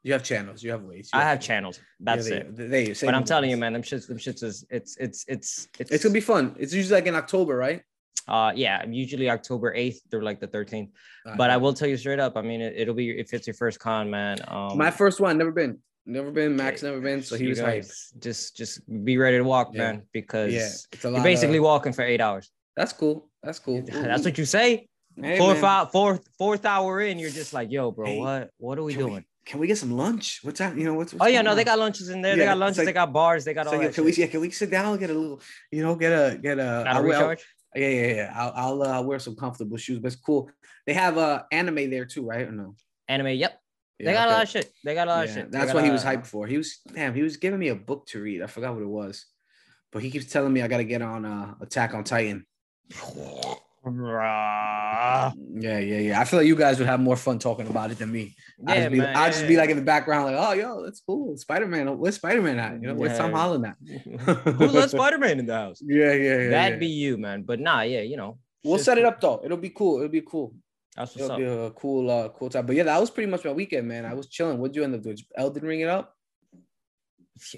Speaker 1: You have channels. You have ways. you
Speaker 2: I have channels. That's
Speaker 1: yeah,
Speaker 2: it.
Speaker 1: They, they, they-
Speaker 2: But I'm
Speaker 1: same
Speaker 2: telling you,
Speaker 1: ones.
Speaker 2: man, them shits, them shits is it's it's it's it's,
Speaker 1: it's gonna be fun. It's usually like in October, right?
Speaker 2: uh yeah, usually October 8th through like the 13th.
Speaker 1: Uh,
Speaker 2: But I will tell you straight up, I mean, it, it'll be if it's your first con, man. Um,
Speaker 1: Uh, my first one, never been, never been. Max never been, so he
Speaker 2: you
Speaker 1: was hyped.
Speaker 2: guys Just just be ready to walk,
Speaker 1: Yeah.
Speaker 2: man, because
Speaker 1: Yeah, it's a lot.
Speaker 2: you're
Speaker 1: of-
Speaker 2: basically walking for eight hours.
Speaker 1: that's cool. That's cool.
Speaker 2: That's what you say.
Speaker 1: Hey,
Speaker 2: four
Speaker 1: man,
Speaker 2: five fourth fourth hour in, you're just like, yo, bro,
Speaker 1: Hey,
Speaker 2: what what are we
Speaker 1: can we-
Speaker 2: doing?
Speaker 1: Can we get some lunch? What time? You know what's?
Speaker 2: oh
Speaker 1: what's
Speaker 2: yeah,
Speaker 1: going
Speaker 2: no, they
Speaker 1: on?
Speaker 2: got lunches in there. they
Speaker 1: Yeah,
Speaker 2: got
Speaker 1: it's
Speaker 2: lunches.
Speaker 1: like-
Speaker 2: they got bars. They got
Speaker 1: So,
Speaker 2: all
Speaker 1: yeah,
Speaker 2: that.
Speaker 1: can we? uh,
Speaker 2: shit.
Speaker 1: Yeah, can we sit down? Get a little. You know, get a get a.
Speaker 2: Got
Speaker 1: I'll
Speaker 2: a
Speaker 1: wear- I'll-
Speaker 2: recharge.
Speaker 1: yeah, yeah, yeah. I'll I'll, uh, wear some comfortable shoes, but it's cool. They have uh anime there too, right? Or no?
Speaker 2: Anime. Yep. They
Speaker 1: Yeah,
Speaker 2: got a
Speaker 1: okay.
Speaker 2: lot of shit. They got a lot of
Speaker 1: Yeah,
Speaker 2: shit. They
Speaker 1: That's
Speaker 2: got
Speaker 1: what
Speaker 2: a
Speaker 1: he
Speaker 2: lot
Speaker 1: was
Speaker 2: of-
Speaker 1: hyped for. He was damn, he was giving me a book to read. I forgot what it was. But he keeps telling me I gotta get on uh Attack on Titan.
Speaker 2: Bruh.
Speaker 1: Yeah, yeah, yeah. I feel like you guys would have more fun talking about it than me. I
Speaker 2: Yeah,
Speaker 1: just be,
Speaker 2: man.
Speaker 1: I
Speaker 2: yeah,
Speaker 1: just be
Speaker 2: yeah.
Speaker 1: like in the background, like, oh yo, that's cool. Spider Man, where's Spider Man at? You know, where's Tom
Speaker 2: Yeah.
Speaker 1: Holland at?
Speaker 2: who loves Spider Man in the house?
Speaker 1: Yeah, yeah, yeah.
Speaker 2: That'd
Speaker 1: yeah.
Speaker 2: be you, man. But nah, yeah, you know.
Speaker 1: We'll
Speaker 2: shit's
Speaker 1: set it
Speaker 2: cool.
Speaker 1: up though. It'll be cool. It'll be cool.
Speaker 2: That's what's
Speaker 1: It'll
Speaker 2: up.
Speaker 1: be a cool, uh, cool time. But yeah, that was pretty much my weekend, man. I was chilling. What'd you end up doing? Elden Ring it up?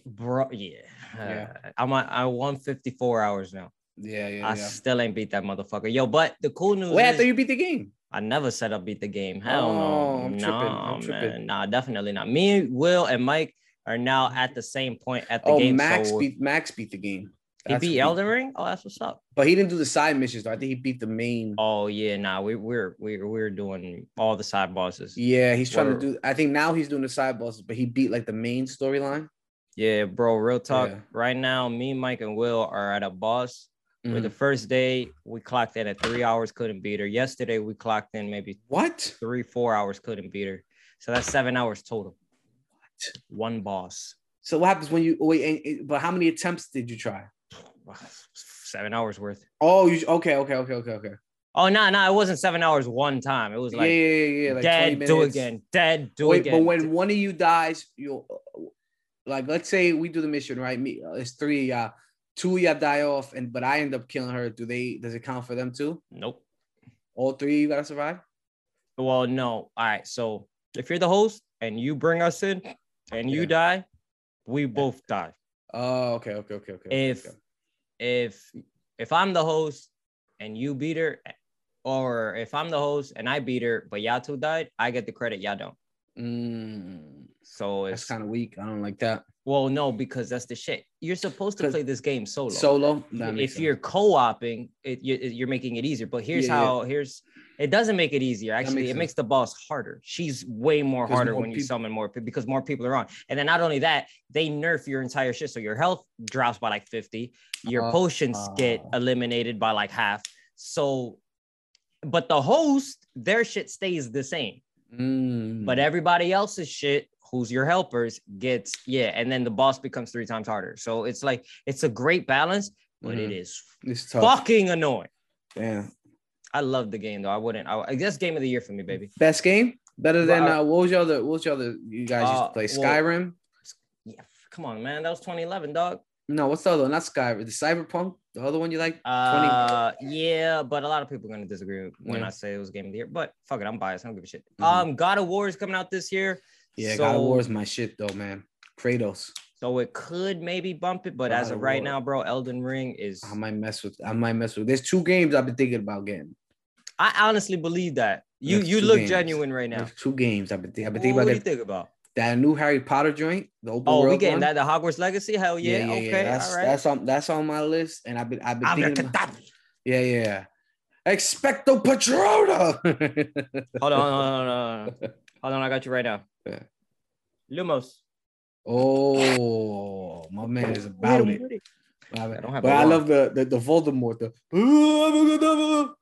Speaker 2: Bro, yeah.
Speaker 1: Yeah.
Speaker 2: Uh, I'm on I won 54 hours now.
Speaker 1: Yeah,
Speaker 2: I
Speaker 1: yeah, yeah.
Speaker 2: still ain't beat that motherfucker. Yo, but the cool news
Speaker 1: Wait, I
Speaker 2: is
Speaker 1: thought you beat the game.
Speaker 2: I never said I beat the game. Hell
Speaker 1: Oh,
Speaker 2: no.
Speaker 1: I'm
Speaker 2: no,
Speaker 1: tripping. I'm tripping.
Speaker 2: man. Nah, definitely not. Me, Will, and Mike are now at the same point at the
Speaker 1: Oh,
Speaker 2: game.
Speaker 1: Max
Speaker 2: so
Speaker 1: beat Max beat the game.
Speaker 2: he
Speaker 1: That's
Speaker 2: beat
Speaker 1: what
Speaker 2: Elden Ring. Oh, that's what's up.
Speaker 1: but he didn't do the side missions. Though. I think he beat the main.
Speaker 2: Oh yeah, nah, we we're we're we're doing all the side bosses.
Speaker 1: Yeah, he's trying
Speaker 2: Word.
Speaker 1: to do. I think now he's doing the side bosses, but he beat like the main storyline.
Speaker 2: Yeah, bro. Real talk.
Speaker 1: Yeah.
Speaker 2: Right now, me, Mike, and Will are at a boss. Where
Speaker 1: Mhm.
Speaker 2: the first day we clocked in at three hours, couldn't beat her. Yesterday we clocked in maybe
Speaker 1: What?
Speaker 2: three, four hours, couldn't beat her. So that's seven hours total. One boss.
Speaker 1: So what happens when you oh, wait? and- and- but how many attempts did you try?
Speaker 2: Seven hours worth.
Speaker 1: Oh, you okay? Okay, okay, okay, okay.
Speaker 2: Oh no, no, it wasn't seven hours one time. It was like
Speaker 1: yeah, yeah, yeah, yeah. Like
Speaker 2: dead,
Speaker 1: 20
Speaker 2: do
Speaker 1: minutes.
Speaker 2: again, dead, do
Speaker 1: wait,
Speaker 2: again.
Speaker 1: but when one of you dies, you'll like let's say we do the mission right. Me, uh, it's three. of y'all. two of y'all die off, and but I end up killing her. Do they? Does it count for them too?
Speaker 2: nope.
Speaker 1: All three you gotta survive.
Speaker 2: Well, no. All right. So if you're the host and you bring us in and you
Speaker 1: Yeah.
Speaker 2: die, we both die.
Speaker 1: Oh, okay, okay, okay, okay. okay,
Speaker 2: If
Speaker 1: okay.
Speaker 2: if if I'm the host and you beat her, or if I'm the host and I beat her, but y'all two died, I get the credit, y'all don't.
Speaker 1: Mm,
Speaker 2: So
Speaker 1: that's
Speaker 2: it's
Speaker 1: kind of weak. I don't like that.
Speaker 2: well, no, because that's the shit. You're supposed to
Speaker 1: 'Cause-
Speaker 2: play this game solo.
Speaker 1: Solo. that
Speaker 2: if
Speaker 1: makes sense.
Speaker 2: you're co-oping, it, you, you're making it easier. But here's
Speaker 1: Yeah, yeah.
Speaker 2: how. Here's it doesn't make it easier. Actually,
Speaker 1: makes
Speaker 2: it
Speaker 1: sense.
Speaker 2: makes the boss harder. She's way more
Speaker 1: 'Cause
Speaker 2: harder
Speaker 1: more
Speaker 2: when you
Speaker 1: peop-
Speaker 2: summon more people because more people are on. And then not only that, they nerf your entire shit, so your health drops by like fifty. Your
Speaker 1: Uh,
Speaker 2: potions get
Speaker 1: uh.
Speaker 2: eliminated by like half. So, but the host, their shit stays the same
Speaker 1: Mm.
Speaker 2: but everybody else's shit who's your helpers gets yeah and then the boss becomes three times harder so it's like it's a great balance but it is
Speaker 1: it's Mm-hmm. Mm. tough.
Speaker 2: fucking annoying
Speaker 1: Damn. I-
Speaker 2: i love the game though i wouldn't i I guess game of the year for me baby
Speaker 1: Best game. Better than
Speaker 2: Well,
Speaker 1: uh, what was your other? What was your other? You guys used
Speaker 2: uh,
Speaker 1: to play
Speaker 2: well-
Speaker 1: Skyrim.
Speaker 2: yeah come on man that was 2011 dog
Speaker 1: no, what's the other? one? Not Skyrim. The Cyberpunk. The other one you like?
Speaker 2: uh yeah but a lot of people are gonna disagree when
Speaker 1: Yeah.
Speaker 2: i say it was game of the year but fuck it i'm biased i don't give a shit
Speaker 1: Mhm.
Speaker 2: um god of war is coming out this year
Speaker 1: Yeah, God of
Speaker 2: so-
Speaker 1: War is my shit though, man. Kratos.
Speaker 2: so it could maybe bump it but
Speaker 1: God
Speaker 2: as
Speaker 1: of
Speaker 2: of right
Speaker 1: War.
Speaker 2: now bro elden ring is
Speaker 1: I might mess with. I might mess with. There's two games I've been thinking about getting.
Speaker 2: i honestly believe that you
Speaker 1: There's
Speaker 2: you
Speaker 1: two
Speaker 2: look
Speaker 1: games.
Speaker 2: genuine right now
Speaker 1: There's two games I've been. thinking. I've been thinking
Speaker 2: what
Speaker 1: about
Speaker 2: do
Speaker 1: that,
Speaker 2: you think about
Speaker 1: that new Harry Potter joint. The open
Speaker 2: Oh, we
Speaker 1: world
Speaker 2: getting
Speaker 1: one.
Speaker 2: that the Hogwarts Legacy? Hell yeah! okay,
Speaker 1: That's
Speaker 2: all right.
Speaker 1: that's on that's on my list, and I've been I've been
Speaker 2: I'm your
Speaker 1: thinking. about-
Speaker 2: Katabi.
Speaker 1: yeah, yeah. Expecto Patronum.
Speaker 2: Hold on, hold on, hold on, hold on, hold on. I got you right now.
Speaker 1: Yeah.
Speaker 2: Lumos.
Speaker 1: oh, my man is about it. My man-
Speaker 2: I don't have
Speaker 1: but
Speaker 2: a
Speaker 1: I
Speaker 2: wand.
Speaker 1: love the the, the Voldemort. The,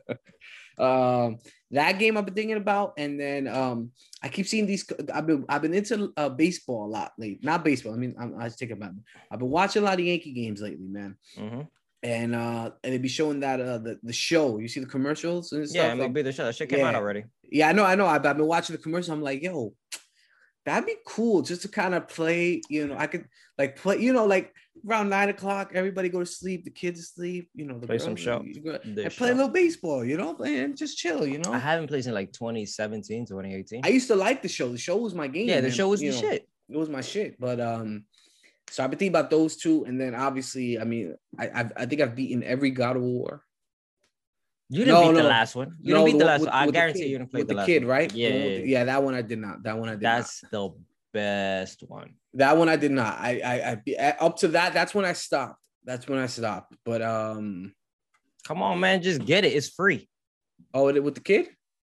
Speaker 1: Um, that game I've been thinking about, and then um, I keep seeing these. I've been I've been into uh, baseball a lot lately. Not baseball. I mean, I'm, I take it back. I've been watching a lot of Yankee games lately, man.
Speaker 2: hmm
Speaker 1: And uh, and they'd be showing that uh, the the show. You see the commercials and stuff.
Speaker 2: Yeah,
Speaker 1: like-
Speaker 2: MLB the show. That shit came out
Speaker 1: Yeah.
Speaker 2: already.
Speaker 1: yeah, I know, I know. I've, I've been watching the commercials. I'm like, yo, that'd be cool just to kind of play. You know, I could like play. You know, like around nine o'clock, everybody go to sleep, the kids sleep. You know, the
Speaker 2: Play some
Speaker 1: girls,
Speaker 2: show.
Speaker 1: you go-
Speaker 2: The
Speaker 1: and play a
Speaker 2: show.
Speaker 1: little baseball. You know, and just chill. You know,
Speaker 2: I haven't played since like 2017, 2018.
Speaker 1: I used to like the show. The show was my game.
Speaker 2: yeah, the
Speaker 1: man,
Speaker 2: show was
Speaker 1: you
Speaker 2: the
Speaker 1: know,
Speaker 2: shit.
Speaker 1: It was my shit. But um, so I've been thinking about those two, and then obviously, I mean, I I've, I think I've beaten every God of War.
Speaker 2: You didn't
Speaker 1: No,
Speaker 2: beat the
Speaker 1: no.
Speaker 2: last one. You didn't beat the
Speaker 1: one
Speaker 2: last
Speaker 1: with-
Speaker 2: one. I
Speaker 1: with the
Speaker 2: guarantee
Speaker 1: kid-
Speaker 2: you didn't play
Speaker 1: with
Speaker 2: the last
Speaker 1: kid,
Speaker 2: one.
Speaker 1: right? The
Speaker 2: Yeah,
Speaker 1: one
Speaker 2: yeah,
Speaker 1: with the- yeah, that one I did not. That one I did not.
Speaker 2: That's the best one.
Speaker 1: That one I did not. I I, I be- I- up to that. That's when I stopped. That's when I stopped. But um,
Speaker 2: Come on, man. Just get it. It's free.
Speaker 1: oh, it- with the kid?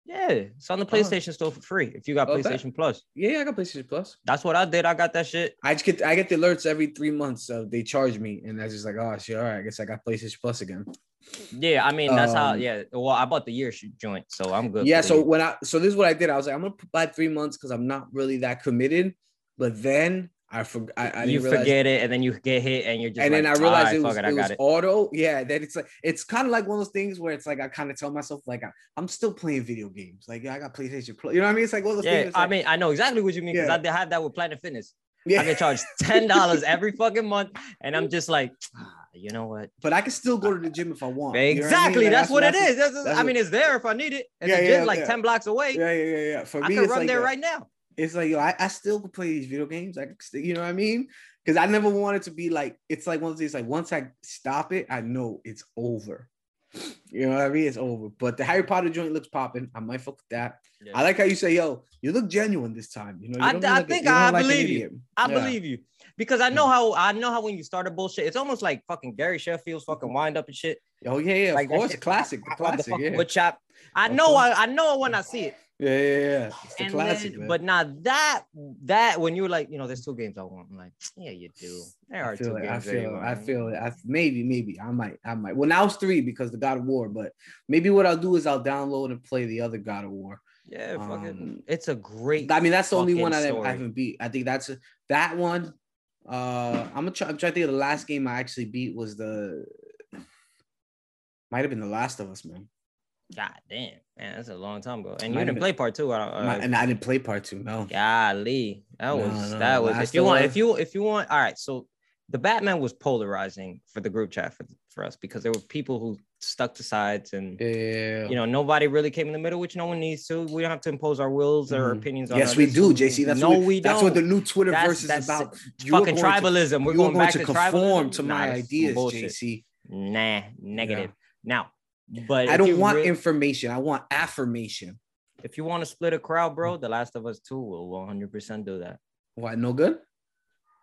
Speaker 2: Yeah. It's on the PlayStation Store for free if you got
Speaker 1: Oh, that-
Speaker 2: PlayStation Plus.
Speaker 1: Yeah, I got PlayStation Plus.
Speaker 2: That's what I did. I got that shit.
Speaker 1: I just get I get the alerts every three months, so they charge me, and that's just like, oh shit, all right, I guess I got PlayStation Plus again.
Speaker 2: Yeah, I mean that's how.
Speaker 1: Um,
Speaker 2: Yeah, well, I bought the year sh- joint, so I'm good.
Speaker 1: yeah.
Speaker 2: for the
Speaker 1: So
Speaker 2: year.
Speaker 1: when I so this is what I did. I was like, I'm gonna buy three months because I'm not really that committed. But then I forgot. I, I
Speaker 2: you
Speaker 1: didn't realize-
Speaker 2: forget it, and then you get hit, and you're just.
Speaker 1: and
Speaker 2: like,
Speaker 1: then I realized
Speaker 2: "Alright,
Speaker 1: it was,
Speaker 2: fuck
Speaker 1: it,
Speaker 2: it, I
Speaker 1: was
Speaker 2: got it.
Speaker 1: auto. Yeah, that it's like it's kind of like one of those things where it's like I kind of tell myself like I, I'm still playing video games. Like yeah, I got PlayStation Plus. You know what I mean? It's like one of those
Speaker 2: Yeah,
Speaker 1: things.
Speaker 2: I mean, I know exactly what you mean because
Speaker 1: Yeah.
Speaker 2: I did have that with Planet Fitness.
Speaker 1: mean,
Speaker 2: I get charged ten dollars every fucking month, and I'm just like, "Ah, you know what?
Speaker 1: but I can still go to the gym if I want. you know what I mean?
Speaker 2: Exactly,
Speaker 1: Like,
Speaker 2: that's, what it is. That's,
Speaker 1: that's
Speaker 2: I
Speaker 1: what-
Speaker 2: mean, it's there if I need it. And
Speaker 1: Yeah,
Speaker 2: the gym's
Speaker 1: yeah,
Speaker 2: like
Speaker 1: yeah.
Speaker 2: ten blocks away.
Speaker 1: Yeah, yeah, yeah, yeah. For
Speaker 2: I
Speaker 1: me,
Speaker 2: could
Speaker 1: it's
Speaker 2: run
Speaker 1: like,
Speaker 2: there
Speaker 1: a-
Speaker 2: right now.
Speaker 1: it's like yo, I, I still could play these video games. I, could st- you know what I mean? Because I never wanted to be like it's like one of these like once I stop it, I know it's over. You know what I mean? It's over. But the Harry Potter joint looks popping. I might fuck with that.
Speaker 2: Yeah.
Speaker 1: I like how you say, "Yo, you look genuine this time." You know, you
Speaker 2: I-
Speaker 1: don't
Speaker 2: I
Speaker 1: look
Speaker 2: think
Speaker 1: you don't
Speaker 2: I
Speaker 1: an
Speaker 2: believe you.
Speaker 1: idiot.
Speaker 2: I
Speaker 1: Yeah. Mm.
Speaker 2: believe you because I know how I know how when you start a bullshit, it's almost like fucking Gary Sheffield's fucking wind up and shit.
Speaker 1: Oh yeah, yeah, of
Speaker 2: Like that
Speaker 1: course,
Speaker 2: shit-
Speaker 1: classic, the
Speaker 2: I love the
Speaker 1: classic,
Speaker 2: fucking
Speaker 1: yeah.
Speaker 2: wood chop. I
Speaker 1: Of
Speaker 2: know,
Speaker 1: course.
Speaker 2: I, I know it when I see it.
Speaker 1: yeah, yeah, yeah. It's the
Speaker 2: And
Speaker 1: classic,
Speaker 2: then-
Speaker 1: man.
Speaker 2: but not that that when you were like, you know, there's two games I want. I'm like, yeah, you do. There
Speaker 1: I
Speaker 2: are two
Speaker 1: feel it. I
Speaker 2: games. that you
Speaker 1: feel it. I
Speaker 2: want.
Speaker 1: feel it. I, maybe, maybe I might. I might. Well, now it's three because the God of War. But maybe what I'll do is I'll download and play the other God of War.
Speaker 2: Yeah, fucking.
Speaker 1: Um,
Speaker 2: it's a great.
Speaker 1: I mean, that's the only
Speaker 2: Fucking
Speaker 1: one I,
Speaker 2: story.
Speaker 1: I haven't beat. I think that's that one. Uh, I'm gonna try. I'm trying to think of the last game I actually beat was the. Might have been the Last of Us, man.
Speaker 2: God damn, man, that's a long time ago. And you
Speaker 1: Might
Speaker 2: didn't
Speaker 1: have
Speaker 2: play part two. I don't-
Speaker 1: My-
Speaker 2: uh,
Speaker 1: and I didn't play part two. No.
Speaker 2: golly, that
Speaker 1: No,
Speaker 2: was
Speaker 1: no,
Speaker 2: that was. If
Speaker 1: Last
Speaker 2: you
Speaker 1: of
Speaker 2: want,
Speaker 1: Us.
Speaker 2: if you if you want, all right. So the Batman was polarizing for the group chat for for us because there were people who stuck to sides and.
Speaker 1: Yeah.
Speaker 2: You know, nobody really came in the middle, which no one needs to. We don't have to impose our wills or
Speaker 1: Mhm.
Speaker 2: opinions on
Speaker 1: Yes, we
Speaker 2: others.
Speaker 1: do, JC. That's
Speaker 2: no,
Speaker 1: what,
Speaker 2: we
Speaker 1: That's
Speaker 2: don't.
Speaker 1: what the new Twitter
Speaker 2: That's-
Speaker 1: verse is
Speaker 2: that's
Speaker 1: about. You are
Speaker 2: fucking
Speaker 1: going to-
Speaker 2: tribalism. We're
Speaker 1: you
Speaker 2: going,
Speaker 1: are
Speaker 2: back
Speaker 1: to,
Speaker 2: to,
Speaker 1: conform
Speaker 2: tribalism?
Speaker 1: to
Speaker 2: Nah,
Speaker 1: my
Speaker 2: that's some
Speaker 1: ideas,
Speaker 2: bullshit.
Speaker 1: JC.
Speaker 2: Nah, negative. Now, but
Speaker 1: I
Speaker 2: if
Speaker 1: don't
Speaker 2: you
Speaker 1: want
Speaker 2: rea-
Speaker 1: information. I want affirmation.
Speaker 2: if you want to split a crowd, bro, The Last of Us 2 will 100% do that.
Speaker 1: Why no good?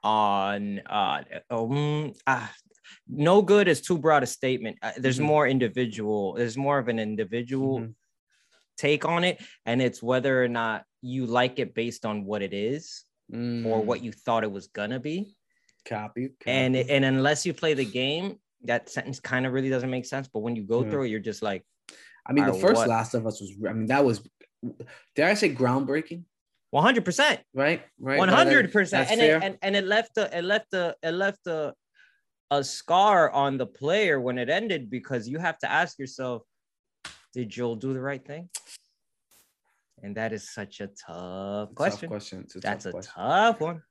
Speaker 2: On uh, um, ah, no good is too broad a statement. Uh, there's
Speaker 1: Mhm.
Speaker 2: more individual, there's more of an individual
Speaker 1: Mhm.
Speaker 2: take on it, and it's whether or not you like it based on what it is or
Speaker 1: Mm,
Speaker 2: what you thought it was gonna be.
Speaker 1: copy, copy.
Speaker 2: and and unless you play the game, that sentence kind of really doesn't make sense. But when you go
Speaker 1: Yeah.
Speaker 2: through it, you're just like,
Speaker 1: I mean, the
Speaker 2: Or
Speaker 1: first
Speaker 2: what?
Speaker 1: Last of Us was, I mean, that was, dare I say groundbreaking,
Speaker 2: 100 percent,
Speaker 1: right? Right.
Speaker 2: one hundred percent,
Speaker 1: that's
Speaker 2: and
Speaker 1: fair.
Speaker 2: it, and and it left a it left a it left a a scar on the player when it ended because you have to ask yourself, did Joel do the right thing? And that is such a tough
Speaker 1: Question.
Speaker 2: question.
Speaker 1: question. It's a
Speaker 2: That's
Speaker 1: tough
Speaker 2: a
Speaker 1: question.
Speaker 2: tough one.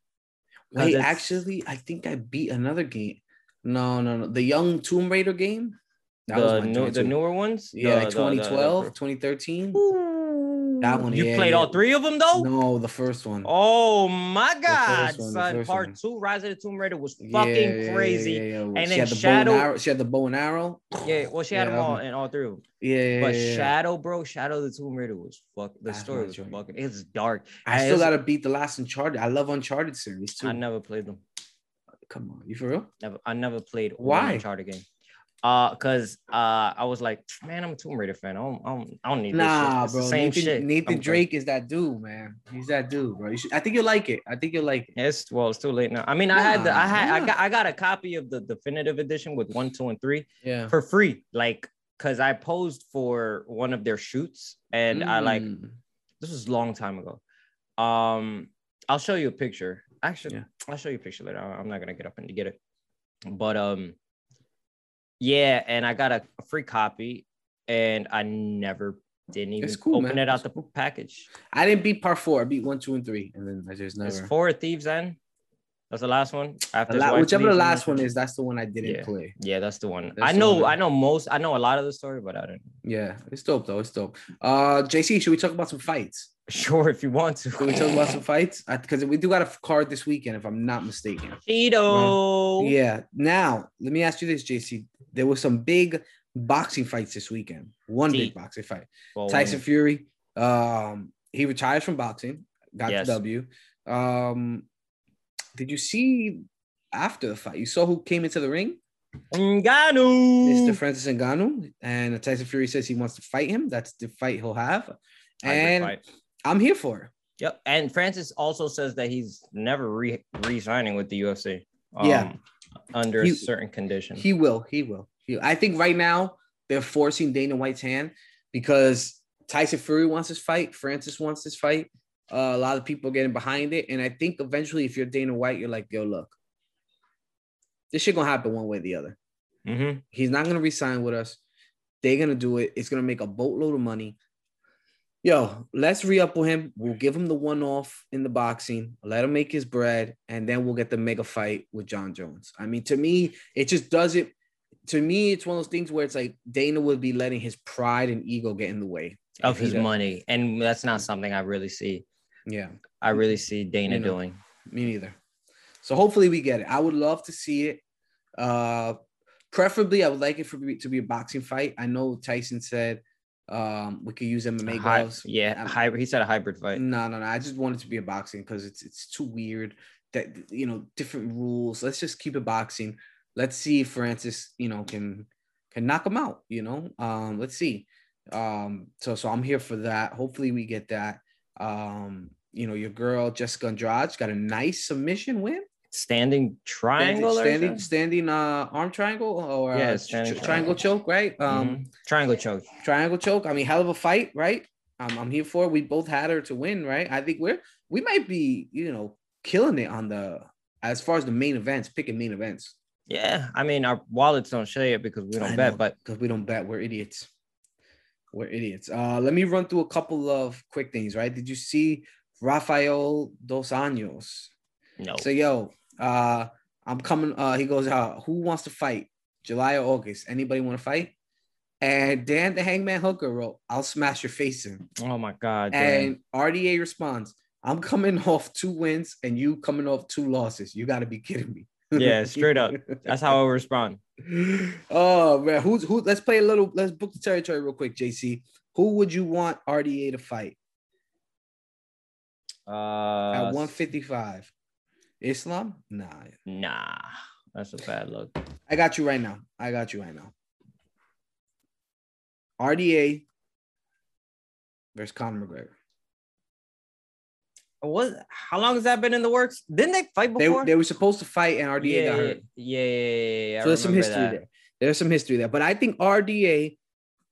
Speaker 2: 'cause
Speaker 1: Wait,
Speaker 2: it's-
Speaker 1: actually, I think I beat another game. No, no, no. The young Tomb Raider game. That
Speaker 2: the
Speaker 1: was my
Speaker 2: new,
Speaker 1: joint
Speaker 2: the
Speaker 1: too.
Speaker 2: newer ones,
Speaker 1: Yeah, like
Speaker 2: the- the- the- the-
Speaker 1: 2012, 2013. That one,
Speaker 2: You
Speaker 1: yeah,
Speaker 2: played
Speaker 1: yeah.
Speaker 2: all three of them though.
Speaker 1: No, the first one.
Speaker 2: Oh my God,
Speaker 1: first one, the
Speaker 2: son!
Speaker 1: first
Speaker 2: Part
Speaker 1: one.
Speaker 2: two, Rise of the Tomb Raider was
Speaker 1: Yeah,
Speaker 2: fucking
Speaker 1: yeah, yeah,
Speaker 2: crazy. Yeah,
Speaker 1: yeah, yeah.
Speaker 2: And
Speaker 1: she
Speaker 2: then
Speaker 1: had the
Speaker 2: Shadow-
Speaker 1: bow and arrow. She had the bow and arrow.
Speaker 2: well, she had
Speaker 1: Yeah,
Speaker 2: them all
Speaker 1: that
Speaker 2: in all three of them.
Speaker 1: Yeah, yeah,
Speaker 2: But
Speaker 1: yeah, yeah.
Speaker 2: Shadow, bro, Shadow of the Tomb Raider was fuck. The
Speaker 1: That's
Speaker 2: story
Speaker 1: my
Speaker 2: was
Speaker 1: joint.
Speaker 2: fucking. It's dark.
Speaker 1: I
Speaker 2: And
Speaker 1: still
Speaker 2: it's-
Speaker 1: gotta beat the last Uncharted. I love Uncharted series too.
Speaker 2: I never played them.
Speaker 1: Come on, you for real?
Speaker 2: Never, I never played one
Speaker 1: Why?
Speaker 2: Uncharted game. Uh, cause uh, I was like, man, I'm a Tomb Raider fan. I don't, I don't, I don't need
Speaker 1: Nah,
Speaker 2: this shit. It's the
Speaker 1: bro.
Speaker 2: same
Speaker 1: Nathan,
Speaker 2: shit.
Speaker 1: Nathan
Speaker 2: I'm good.
Speaker 1: Drake is that dude, man. He's that dude, bro. You should, I think you'll like it. I think you'll like it.
Speaker 2: It's well, it's too late now. I mean, I had the,
Speaker 1: Nah,
Speaker 2: I had, I
Speaker 1: nah.
Speaker 2: got, I got a copy of the definitive edition with one, two, and three
Speaker 1: Yeah.
Speaker 2: for free, like because I posed for one of their shoots and I like
Speaker 1: Mm.
Speaker 2: this was a long time ago. Um, I'll show you a picture. Actually,
Speaker 1: Yeah.
Speaker 2: I'll show you a picture later. I- I'm not gonna get up and get it, but um, yeah, and I got a, a free copy, and I never didn't even
Speaker 1: It's cool,
Speaker 2: open
Speaker 1: man.
Speaker 2: it out
Speaker 1: It's
Speaker 2: the package.
Speaker 1: I didn't beat par four. I beat one, two, and three, and then I just
Speaker 2: It's
Speaker 1: never.
Speaker 2: four thieves and that's the last one.
Speaker 1: The
Speaker 2: After his
Speaker 1: la-
Speaker 2: wife
Speaker 1: whichever the
Speaker 2: leaves him.
Speaker 1: last one is, that's the one I didn't
Speaker 2: Yeah.
Speaker 1: play.
Speaker 2: Yeah, that's the one.
Speaker 1: That's
Speaker 2: I
Speaker 1: the
Speaker 2: know.
Speaker 1: one.
Speaker 2: I know most. I know a lot of the story, but I don't.
Speaker 1: Yeah, it's dope though. It's dope. Uh, JC, should we talk about some fights?
Speaker 2: Sure, if you want to.
Speaker 1: Can we talk about some fights? Because we do got a card this weekend, if I'm not mistaken.
Speaker 2: Cheeto.
Speaker 1: Yeah. Now, let me ask you this, JC. There was some big boxing fights this weekend. One
Speaker 2: Deep.
Speaker 1: big
Speaker 2: Oh,
Speaker 1: boxing fight.
Speaker 2: Well,
Speaker 1: Tyson Fury. Um, he retires from boxing, got
Speaker 2: Yes.
Speaker 1: the W. Um, did you see after the fight? You saw who came into the ring?
Speaker 2: Ngannou. Mm.
Speaker 1: Mr. Francis Ngannou, and Tyson Fury says he wants to fight him. That's the fight he'll have,
Speaker 2: Hybrid
Speaker 1: and
Speaker 2: fight.
Speaker 1: I'm here for it.
Speaker 2: Yep. And Francis also says that he's never re re-signing with the UFC.
Speaker 1: Yeah.
Speaker 2: um, Under
Speaker 1: He-
Speaker 2: a certain condition.
Speaker 1: He will. He will. He- I think right now they're forcing Dana White's hand because Tyson Fury wants this fight. Francis wants this fight. Uh, a lot of people are getting behind it, and I think eventually, if you're Dana White, you're like, "Yo, look, this shit gonna happen one way or the other.
Speaker 2: Mhm.
Speaker 1: He's not gonna resign with us. They're gonna do it. It's gonna make a boatload of money. Yo, let's re up with him. We'll give him the one off in the boxing. Let him make his bread, and then we'll get the mega fight with John Jones. I mean, to me, it just doesn't. To me, it's one of those things where it's like Dana would be letting his pride and ego get in the way
Speaker 2: Of
Speaker 1: if he
Speaker 2: his
Speaker 1: does-
Speaker 2: money. And that's not something I really see.
Speaker 1: Yeah,
Speaker 2: I really see Dana
Speaker 1: You know.
Speaker 2: doing.
Speaker 1: me neither. So hopefully we get it. I would love to see it. Uh, preferably, I would like it for be- to be a boxing fight. I know Tyson said um, we could use MMA
Speaker 2: Hy-
Speaker 1: gloves.
Speaker 2: yeah.
Speaker 1: I'm-
Speaker 2: Hybrid. He said a hybrid fight.
Speaker 1: No, no, no. I just want it to be a boxing because it's it's too weird that you know different rules. Let's just keep it boxing. Let's see if Francis, you know, can can knock him out. You know, um, let's see. Um, so so I'm here for that. Hopefully we get that. Um, you know, your girl Jessica Andrade got a nice submission win.
Speaker 2: Standing triangle. or
Speaker 1: standing, standing,
Speaker 2: something?
Speaker 1: standing, uh, arm triangle or uh,
Speaker 2: Yeah,
Speaker 1: ch-
Speaker 2: standing
Speaker 1: ch- triangle choke, right? Um,
Speaker 2: Mhm. triangle choke.
Speaker 1: triangle choke. I mean, hell of a fight, right? Um, I'm, I'm here for it. We both had her to win, right? I think we're we might be, you know, killing it on the as far as the main events, picking main events.
Speaker 2: Yeah. I mean, our wallets don't say it because we don't
Speaker 1: I
Speaker 2: bet,
Speaker 1: know,
Speaker 2: but
Speaker 1: because we don't bet, we're idiots. We're idiots. Uh, let me run through a couple of quick things, right? Did you see Rafael Dos Anjos?
Speaker 2: no.
Speaker 1: So yo, uh, I'm coming. Uh, he goes, uh, who wants to fight? July or August? Anybody want to fight? And Dan the Hangman Hooker wrote, "I'll smash your face in."
Speaker 2: oh my God. Dan.
Speaker 1: And RDA responds, I'm coming off two wins and you coming off two losses. You got to be kidding me.
Speaker 2: Yeah, straight up. that's how I would respond.
Speaker 1: oh man, who's who? Let's play a little. Let's book the territory real quick, JC. Who would you want RDA to fight at
Speaker 2: Uh,
Speaker 1: 155? Islam? Nah,
Speaker 2: nah, that's a bad look.
Speaker 1: I got you right now. I got you right now. RDA versus Conor McGregor.
Speaker 2: What? How long has that been in the works? Didn't they fight
Speaker 1: They,
Speaker 2: before?
Speaker 1: they were supposed to fight and RDA
Speaker 2: yeah,
Speaker 1: got
Speaker 2: yeah,
Speaker 1: hurt.
Speaker 2: yeah, yeah, yeah. I
Speaker 1: so there's some
Speaker 2: remember
Speaker 1: history
Speaker 2: that.
Speaker 1: there. There's some history there. But I think RDA,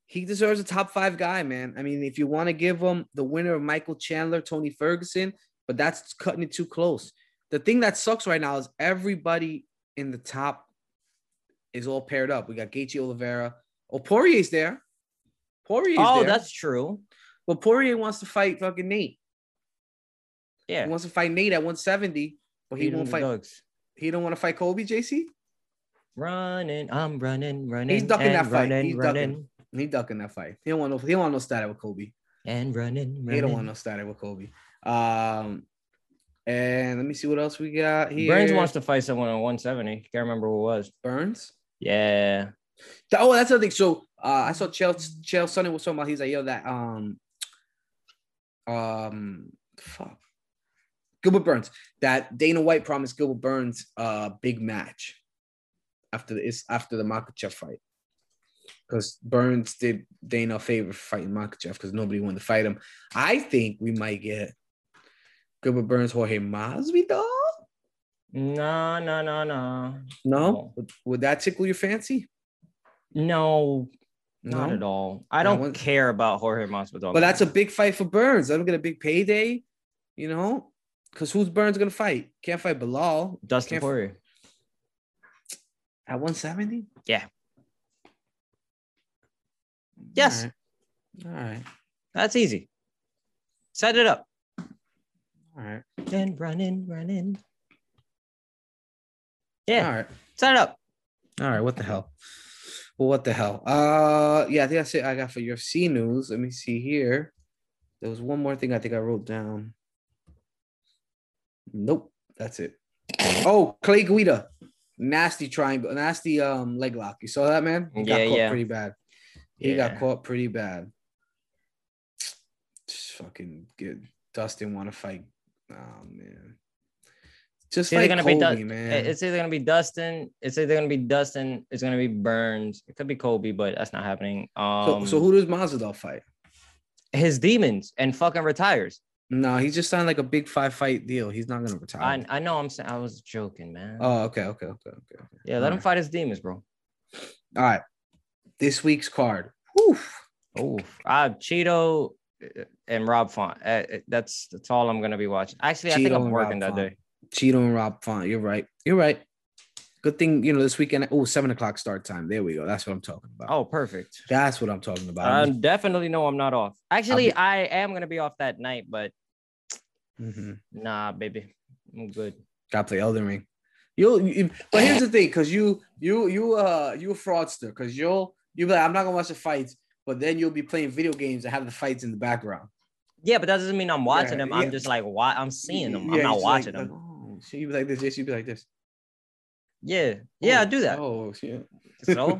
Speaker 1: he deserves a top five guy, man. I mean, if you want to give him the winner of Michael Chandler, Tony Ferguson, but that's cutting it too close. The thing that sucks right now is everybody in the top is all paired up. We got Gaethje Oliveira. Oh, Poirier's there. Poirier's
Speaker 2: Oh,
Speaker 1: there.
Speaker 2: that's true.
Speaker 1: but Poirier wants to fight fucking Nate.
Speaker 2: Yeah,
Speaker 1: He wants to fight Nate at 170, but he,
Speaker 2: Beating
Speaker 1: won't
Speaker 2: the
Speaker 1: fight.
Speaker 2: Ducks.
Speaker 1: He don't want to fight Kobe, JC.
Speaker 2: Running, I'm running, running.
Speaker 1: ducking
Speaker 2: and
Speaker 1: that fight.
Speaker 2: Running,
Speaker 1: He's ducking.
Speaker 2: running
Speaker 1: He ducking that fight. He don't want no. He don't want no static with Kobe.
Speaker 2: and running, running.
Speaker 1: He don't want no static with Kobe. Um, and let me see what else we got here.
Speaker 2: Burns wants to fight someone on 170. Can't remember who it was.
Speaker 1: Burns.
Speaker 2: Yeah,
Speaker 1: Th- Oh, that's the thing. So uh, I saw Chael Chael Sonnen was talking about. He's like, yo, that um, um, fuck, Gilbert Burns. That Dana White promised Gilbert Burns a big match after the is after the Makachev fight. Because Burns did Dana a favor for fighting Makachev because nobody wanted to fight him. I think we might get Gilbert Burns, Jorge Masvidal.
Speaker 2: no, no, no, no,
Speaker 1: No,
Speaker 2: No.
Speaker 1: Would, would that tickle your fancy?
Speaker 2: no, Not
Speaker 1: No?
Speaker 2: at all. I
Speaker 1: No,
Speaker 2: don't
Speaker 1: one-
Speaker 2: care about Jorge Masvidal.
Speaker 1: But that's a big fight for Burns. That'll get a big payday, you know? Because who's Burns gonna fight? Can't fight Bilal
Speaker 2: Dustin
Speaker 1: can't-
Speaker 2: Poirier.
Speaker 1: at 170?
Speaker 2: Yeah. Yes.
Speaker 1: All right. All right.
Speaker 2: That's easy. Set it up.
Speaker 1: All right.
Speaker 2: And run in, run in. Yeah,
Speaker 1: All right.
Speaker 2: set it up.
Speaker 1: All right. What the hell? Well, what the hell? Uh yeah, I think that's it I got for UFC news. Let me see here. There was one more thing I think I wrote down. Nope. That's it. Oh, Clay Guida. Nasty triangle, nasty um leg lock. You saw that man? He got
Speaker 2: Yeah,
Speaker 1: caught
Speaker 2: yeah.
Speaker 1: pretty bad. He
Speaker 2: Yeah.
Speaker 1: got caught pretty bad. Just fucking get Dustin want to fight. Oh man. Just
Speaker 2: See, they're
Speaker 1: like
Speaker 2: gonna
Speaker 1: Kobe,
Speaker 2: be
Speaker 1: man.
Speaker 2: It- It's either gonna be Dustin. It's either gonna be Dustin. It's gonna be Burns. It could be Kobe, but that's not happening.
Speaker 1: so,
Speaker 2: Um,
Speaker 1: so who does Masvidal fight?
Speaker 2: His demons and fucking retires.
Speaker 1: No, he just signed like a big five fight deal. He's not gonna retire.
Speaker 2: I, I know. I'm saying I was joking, man.
Speaker 1: Oh, okay, okay, okay, okay.
Speaker 2: yeah, let him fight his demons,
Speaker 1: All
Speaker 2: bro.
Speaker 1: right. This week's card. Whew.
Speaker 2: Oh, uh, Cheeto uh, and Rob Font. Uh, uh, that's that's all I'm gonna be watching. Actually, I think
Speaker 1: Cheeto
Speaker 2: I'm
Speaker 1: and
Speaker 2: working that
Speaker 1: Rob Font.
Speaker 2: day.
Speaker 1: Cheeto and Rob Font. You're right. You're right. Good thing, you know, this weekend. Oh, seven o'clock start time. There we go. That's what I'm talking about.
Speaker 2: Oh, perfect.
Speaker 1: That's what I'm talking about.
Speaker 2: I definitely know I'm not off. Actually,
Speaker 1: be-
Speaker 2: I am gonna be off that night, but
Speaker 1: Mhm.
Speaker 2: nah, baby, I'm good.
Speaker 1: Gotta play Elden Ring. You'll, you, but here's the thing, cause you, you, you, uh, you a fraudster, cause you'll, you'll be like, I'm not gonna watch the fights, but then you'll be playing video games and have the fights in the background.
Speaker 2: Yeah, but that doesn't mean I'm watching
Speaker 1: Yeah,
Speaker 2: them. I'm
Speaker 1: yeah.
Speaker 2: just like, why? I'm seeing them. I'm
Speaker 1: Yeah,
Speaker 2: not
Speaker 1: it's like-
Speaker 2: watching
Speaker 1: like,
Speaker 2: them.
Speaker 1: oh, so you be like this, yes, you be like this.
Speaker 2: Yeah, yeah, I
Speaker 1: Oh,
Speaker 2: do that.
Speaker 1: Oh, shit.
Speaker 2: So,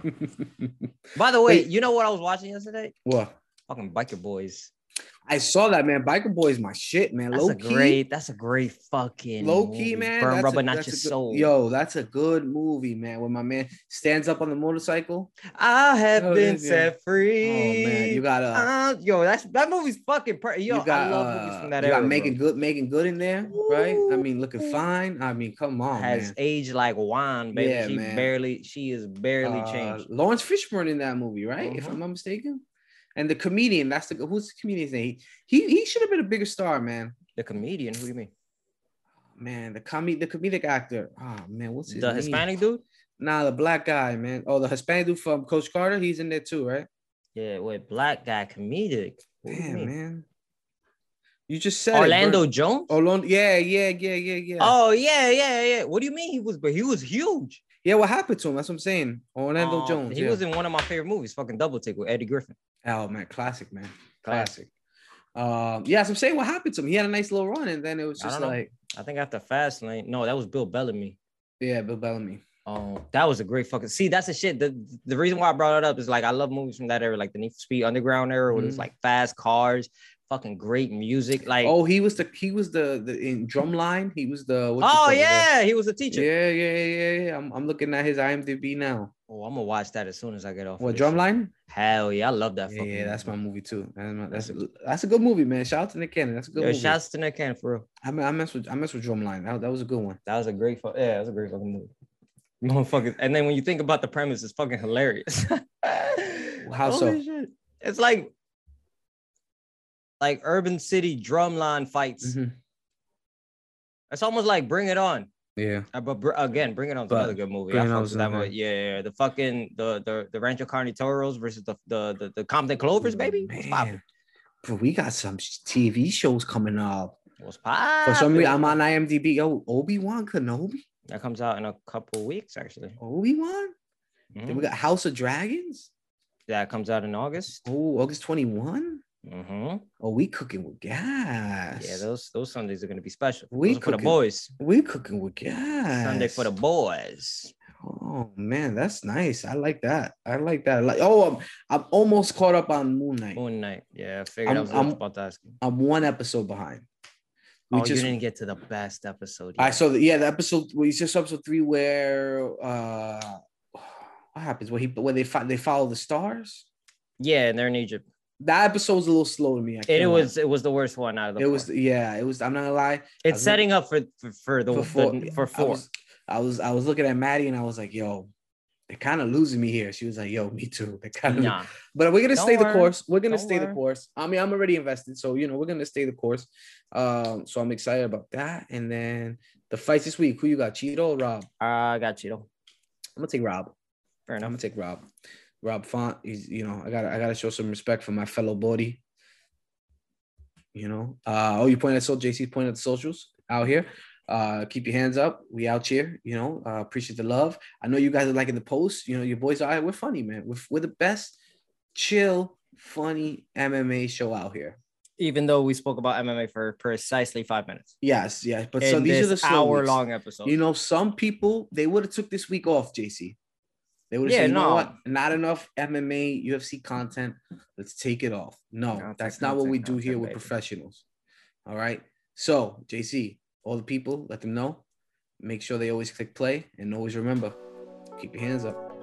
Speaker 2: by the way,
Speaker 1: Wait.
Speaker 2: you know what I was watching yesterday?
Speaker 1: well,
Speaker 2: Fucking Biker Boys.
Speaker 1: I saw that man. Biker Boy is my shit, man.
Speaker 2: That's
Speaker 1: low
Speaker 2: a
Speaker 1: key,
Speaker 2: great. That's a great fucking
Speaker 1: low key,
Speaker 2: movie.
Speaker 1: man.
Speaker 2: Burn
Speaker 1: that's
Speaker 2: rubber,
Speaker 1: a,
Speaker 2: not your
Speaker 1: that's a good-
Speaker 2: soul.
Speaker 1: Yo, that's a good movie, man. When my man stands up on the motorcycle.
Speaker 2: I have
Speaker 1: Oh,
Speaker 2: been
Speaker 1: yeah.
Speaker 2: set
Speaker 1: Oh
Speaker 2: free.
Speaker 1: man, you got uh,
Speaker 2: Uh, yo, that's that movie's fucking per- yo.
Speaker 1: you got,
Speaker 2: I love movies
Speaker 1: uh,
Speaker 2: from that
Speaker 1: you
Speaker 2: era.
Speaker 1: got
Speaker 2: bro.
Speaker 1: making good, making good in there, right? I mean,
Speaker 2: Ooh.
Speaker 1: looking fine. I mean, come on,
Speaker 2: has
Speaker 1: Oh, man.
Speaker 2: aged like wine, baby.
Speaker 1: Yeah,
Speaker 2: she
Speaker 1: man.
Speaker 2: barely, she is barely
Speaker 1: Uh,
Speaker 2: changed.
Speaker 1: Lawrence Fishburne in that movie, right? If
Speaker 2: Mhm.
Speaker 1: I'm not mistaken. And the comedian, that's the who's the comedian's name? He he should have been a bigger star, man.
Speaker 2: The comedian, who do you mean?
Speaker 1: Man, the comic, the comedic actor. Oh man, what's his
Speaker 2: The
Speaker 1: name?
Speaker 2: Hispanic dude?
Speaker 1: Nah, the black guy, man. Oh, the Hispanic dude from Coach Carter. He's in there too, right?
Speaker 2: Yeah, wait, black guy comedic. What do you
Speaker 1: Damn,
Speaker 2: mean?
Speaker 1: man. You just said it,
Speaker 2: Orlando
Speaker 1: Bert.
Speaker 2: Jones?
Speaker 1: Orlando. Yeah, yeah, yeah, yeah, yeah.
Speaker 2: Oh yeah, yeah, yeah. What do you mean he was? But he was huge.
Speaker 1: Yeah, what happened to him? That's what I'm saying. Orlando
Speaker 2: Um,
Speaker 1: Jones.
Speaker 2: He
Speaker 1: yeah.
Speaker 2: was in one of my favorite movies, fucking Double Take with Eddie Griffin.
Speaker 1: Oh man, classic man, classic.
Speaker 2: Classic.
Speaker 1: Um, yeah, so I'm saying what happened to him. He had a nice little run, and then it was
Speaker 2: I
Speaker 1: just
Speaker 2: don't know.
Speaker 1: like,
Speaker 2: I think after Fast Lane, no, that was Bill Bellamy.
Speaker 1: yeah, Bill Bellamy.
Speaker 2: Oh, that was a great fucking. See, that's the shit. The the reason why I brought it up is like I love movies from that era, like the Need for Speed Underground era, where there's
Speaker 1: Mhm.
Speaker 2: like fast cars, fucking great music. Like oh,
Speaker 1: Oh, he was the he was the the in Drumline. He was the what you call it, the-
Speaker 2: Oh, yeah, he was a teacher.
Speaker 1: yeah, yeah, yeah, yeah, yeah. I'm, I'm looking at his IMDb now.
Speaker 2: Oh, I'm gonna watch that as soon as I get off. of
Speaker 1: What
Speaker 2: this shit.
Speaker 1: Drumline?
Speaker 2: Hell yeah, I love that.
Speaker 1: Yeah,
Speaker 2: fucking
Speaker 1: yeah, that's
Speaker 2: movie.
Speaker 1: my movie too. That's my, that's a, that's a good movie, man. Shout out to Nick Cannon. That's a good
Speaker 2: Yo,
Speaker 1: movie.
Speaker 2: shouts to Nick Cannon for real.
Speaker 1: I mean, I mess with I mess with Drumline. That, that was a good one.
Speaker 2: That was a great, fu- yeah, that was a great fucking movie. Motherfuckers, and then when you think about the premise, it's fucking hilarious.
Speaker 1: How so?
Speaker 2: Holy shit. It's like, like urban city drumline fights.
Speaker 1: Mhm.
Speaker 2: It's almost like Bring It On,
Speaker 1: Yeah,
Speaker 2: Uh, but br- again, Bring It On's
Speaker 1: But
Speaker 2: another good movie.
Speaker 1: Bring
Speaker 2: I
Speaker 1: It On
Speaker 2: fucks
Speaker 1: was
Speaker 2: with that
Speaker 1: another-
Speaker 2: movie. Yeah, yeah, yeah, the fucking the the the Rancho Carne Toros versus the the the, the Compton Clovers, baby. What's poppin'?
Speaker 1: Man. Bro, we got some sh- TV shows coming up.
Speaker 2: What's
Speaker 1: For some
Speaker 2: poppin'?
Speaker 1: reason, I'm on IMDb. Yo, Obi Wan Kenobi.
Speaker 2: That comes out in a couple weeks, actually.
Speaker 1: Obi Wan. Then
Speaker 2: Mhm.
Speaker 1: we got House of Dragons.
Speaker 2: That comes out in August.
Speaker 1: Oh, August 21.
Speaker 2: hmm
Speaker 1: Oh, we cooking with gas.
Speaker 2: Yeah, those those Sundays are gonna be special.
Speaker 1: We
Speaker 2: Those are for the
Speaker 1: cooking
Speaker 2: boys.
Speaker 1: we cooking with gas.
Speaker 2: Sunday for the boys.
Speaker 1: Oh man, that's nice. I like that. I like that. Like, oh, I'm, I'm almost caught up on Moon Knight.
Speaker 2: Moon night. Oh, Yeah, I figured i
Speaker 1: I'm-
Speaker 2: was just
Speaker 1: I'm-
Speaker 2: about to ask you.
Speaker 1: I'm one episode behind. We
Speaker 2: Oh,
Speaker 1: just
Speaker 2: you didn't get to the best episode.
Speaker 1: I
Speaker 2: yet.
Speaker 1: saw the yeah the episode we just episode three where uh what happens where he where they fi- they follow the stars.
Speaker 2: Yeah, and they're in Egypt.
Speaker 1: That episode was a little slow to me. I
Speaker 2: It,
Speaker 1: can't lie.
Speaker 2: was it was the worst one out of the.
Speaker 1: it
Speaker 2: four.
Speaker 1: was yeah it was I'm not gonna lie I
Speaker 2: It's
Speaker 1: was
Speaker 2: setting up for for, for the
Speaker 1: for
Speaker 2: for,
Speaker 1: four,
Speaker 2: the, for
Speaker 1: I
Speaker 2: four.
Speaker 1: was, I was I was looking at Maddie and I was like yo they're kind of losing me here. She was like, yo, me too. They're kind of
Speaker 2: Nah.
Speaker 1: but we're gonna
Speaker 2: Don't
Speaker 1: stay the
Speaker 2: worry.
Speaker 1: course. We're gonna
Speaker 2: Don't
Speaker 1: stay the
Speaker 2: worry.
Speaker 1: course. I mean, I'm already invested, so you know we're gonna stay the course. Um, so I'm excited about that. And then the fights this week, who you got, Cheeto or Rob?
Speaker 2: I got you though.
Speaker 1: I'm gonna take Rob.
Speaker 2: Fair
Speaker 1: I'm
Speaker 2: enough.
Speaker 1: gonna take Rob. Rob Font. He's you know I gotta I gotta show some respect for my fellow body. You know. Uh, oh, you pointed at so JC pointed at the socials out here. Uh, keep your hands up. We out here. You know. Uh, appreciate the love. I know you guys are liking the post. You know your boys are. We're funny, man. We're, we're the best, chill, funny MMA show out here.
Speaker 2: Even though we spoke about MMA for precisely five minutes.
Speaker 1: Yes, yes. But
Speaker 2: in
Speaker 1: so these
Speaker 2: this
Speaker 1: are the slow
Speaker 2: hour
Speaker 1: weeks.
Speaker 2: long episode.
Speaker 1: You know, some people they would have took this week off, JC. They would have
Speaker 2: Yeah,
Speaker 1: said, you know
Speaker 2: no.
Speaker 1: what? Not enough MMA, UFC content. Let's take it off. No,
Speaker 2: Content,
Speaker 1: that's not what
Speaker 2: content,
Speaker 1: we do here.
Speaker 2: content,
Speaker 1: We're
Speaker 2: baby.
Speaker 1: professionals. All right. So, JC, all the people, let them know. Make sure they always click play and always remember, keep your hands up.